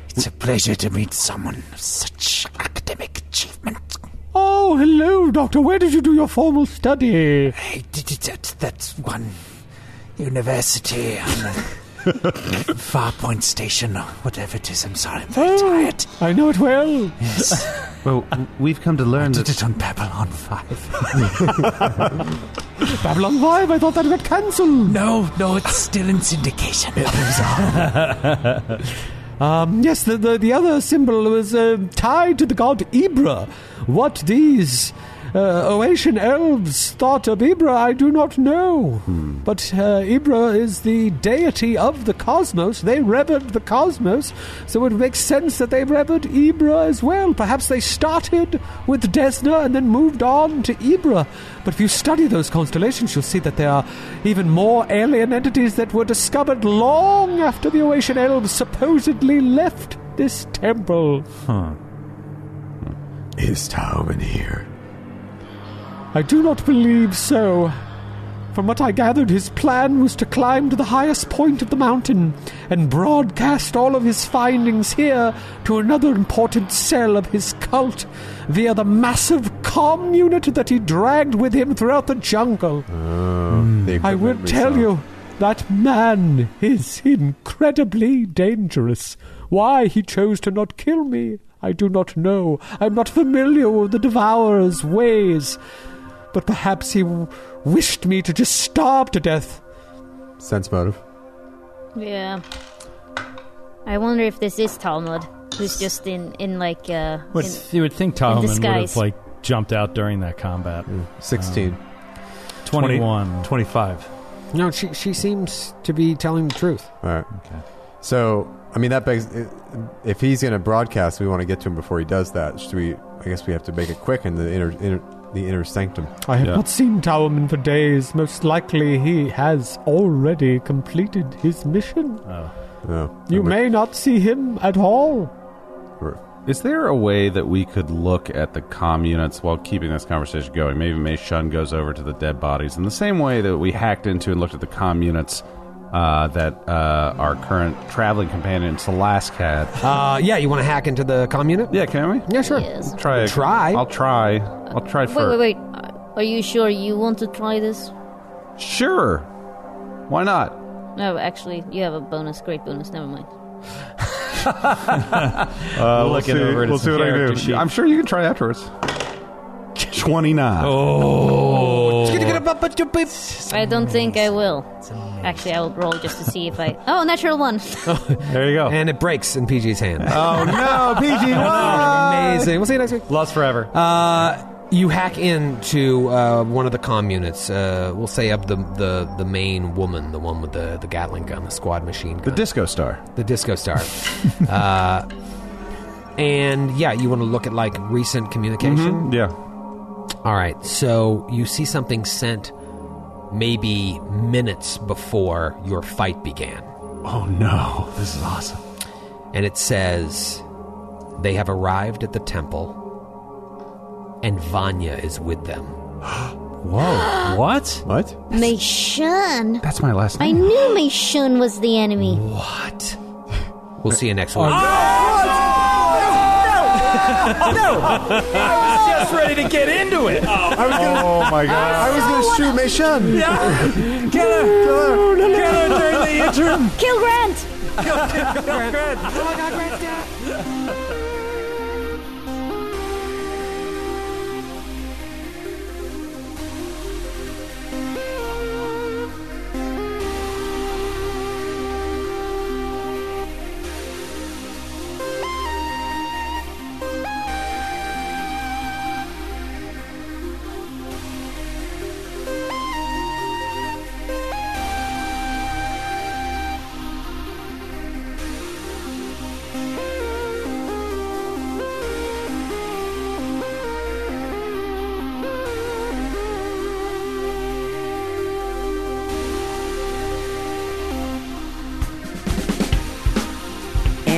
[SPEAKER 6] It's a pleasure to meet someone of such academic achievement.
[SPEAKER 5] Oh, hello, Doctor. Where did you do your formal study?
[SPEAKER 6] I did it at that one university on the Farpoint Station or whatever it is. I'm sorry, I'm very
[SPEAKER 5] Oh, I know it well.
[SPEAKER 6] Yes.
[SPEAKER 4] Well, we've come to learn that.
[SPEAKER 16] Did it on Babylon 5.
[SPEAKER 5] Babylon 5, I thought that got cancelled.
[SPEAKER 16] No, no, it's still in syndication.
[SPEAKER 5] um, yes, the, the, the other symbol was uh, tied to the god Ibra. What these uh, Oasian elves thought of Ibra, I do not know. But uh, Ibra is the deity of the cosmos. They revered the cosmos, so it makes sense that they revered Ibra as well. Perhaps they started with Desna and then moved on to Ibra. But if you study those constellations, you'll see that there are even more alien entities that were discovered long after the Oasian elves supposedly left this temple.
[SPEAKER 17] Is Tauman here?
[SPEAKER 5] I do not believe so. From what I gathered, his plan was to climb to the highest point of the mountain and broadcast all of his findings here to another important cell of his cult via the massive comm unit that he dragged with him throughout the jungle. I will tell you, that man is incredibly dangerous. Why he chose to not kill me, I do not know. I'm not familiar with the Devourer's ways. But perhaps he w- wished me to just starve to death.
[SPEAKER 6] Sense motive.
[SPEAKER 8] Yeah. I wonder if this is Talmud, who's just in in like uh.
[SPEAKER 18] Would,
[SPEAKER 8] in-
[SPEAKER 18] you would think Talman would have
[SPEAKER 8] disguise.
[SPEAKER 18] like jumped out during that combat.
[SPEAKER 6] Sixteen.
[SPEAKER 18] Um, 21.
[SPEAKER 16] 25.
[SPEAKER 19] No, she she seems to be telling the truth.
[SPEAKER 6] All right. So, I mean, that begs if he's going to broadcast, we want to get to him before he does that. Should we? I guess we have to make it quick in the inner, inner the inner sanctum.
[SPEAKER 5] I have not seen Towerman for days. Most likely he has already completed his mission.
[SPEAKER 6] No.
[SPEAKER 5] You
[SPEAKER 6] And we-
[SPEAKER 5] may not see him at all.
[SPEAKER 6] we're-
[SPEAKER 4] Is there a way that we could look at the com units while keeping this conversation going? Maybe Mei Shun goes over to the dead bodies in the same way that we hacked into and looked at the com units uh, that uh, our current traveling companion Salask had.
[SPEAKER 19] Uh, yeah, you want to hack into the comm unit?
[SPEAKER 4] yeah, can we?
[SPEAKER 19] Yeah, sure.
[SPEAKER 8] Yes.
[SPEAKER 4] Try. it.
[SPEAKER 19] Try.
[SPEAKER 4] I'll try. I'll try
[SPEAKER 8] Wait,
[SPEAKER 4] for.
[SPEAKER 8] wait, wait. Uh, Are you sure you want to try this?
[SPEAKER 4] Sure. Why not?
[SPEAKER 8] No, actually, you have a bonus, great bonus. Never mind.
[SPEAKER 4] Uh,
[SPEAKER 16] We'll look it over at
[SPEAKER 4] we'll
[SPEAKER 16] his
[SPEAKER 4] see what I
[SPEAKER 16] character
[SPEAKER 4] do.
[SPEAKER 16] sheet.
[SPEAKER 4] I'm sure you can try afterwards. Twenty-nine.
[SPEAKER 8] I
[SPEAKER 4] Mm,
[SPEAKER 8] don't think I will. Actually, I will roll just to see if I. Oh, natural one.
[SPEAKER 16] There you go.
[SPEAKER 19] And it breaks in PG's hand.
[SPEAKER 4] Oh no, PG!
[SPEAKER 19] Amazing. We'll see you next week.
[SPEAKER 16] Lost forever.
[SPEAKER 19] Uh, you hack into uh, one of the comm units. Uh, we'll say of the, the the main woman, the one with the, the Gatling gun, the squad machine
[SPEAKER 4] The
[SPEAKER 19] gun,
[SPEAKER 4] disco star.
[SPEAKER 19] the disco star. uh, and yeah, you want to look at like recent communication.
[SPEAKER 4] Mm-hmm, Yeah.
[SPEAKER 19] All right, so you see something sent maybe minutes before your fight began.
[SPEAKER 4] Oh no, this is awesome.
[SPEAKER 19] and it says they have arrived at the temple and Vanya is with them.
[SPEAKER 16] Whoa. what?
[SPEAKER 6] What?
[SPEAKER 8] Mei Shun.
[SPEAKER 4] That's my last
[SPEAKER 8] I
[SPEAKER 4] name.
[SPEAKER 8] knew Mei Shun was the enemy.
[SPEAKER 19] What? We'll see you next
[SPEAKER 4] Oh,
[SPEAKER 19] week.
[SPEAKER 18] Just ready to get into it.
[SPEAKER 6] I was gonna,
[SPEAKER 4] Oh my god.
[SPEAKER 6] I was gonna shoot Mei Shun.
[SPEAKER 8] Kill Grant.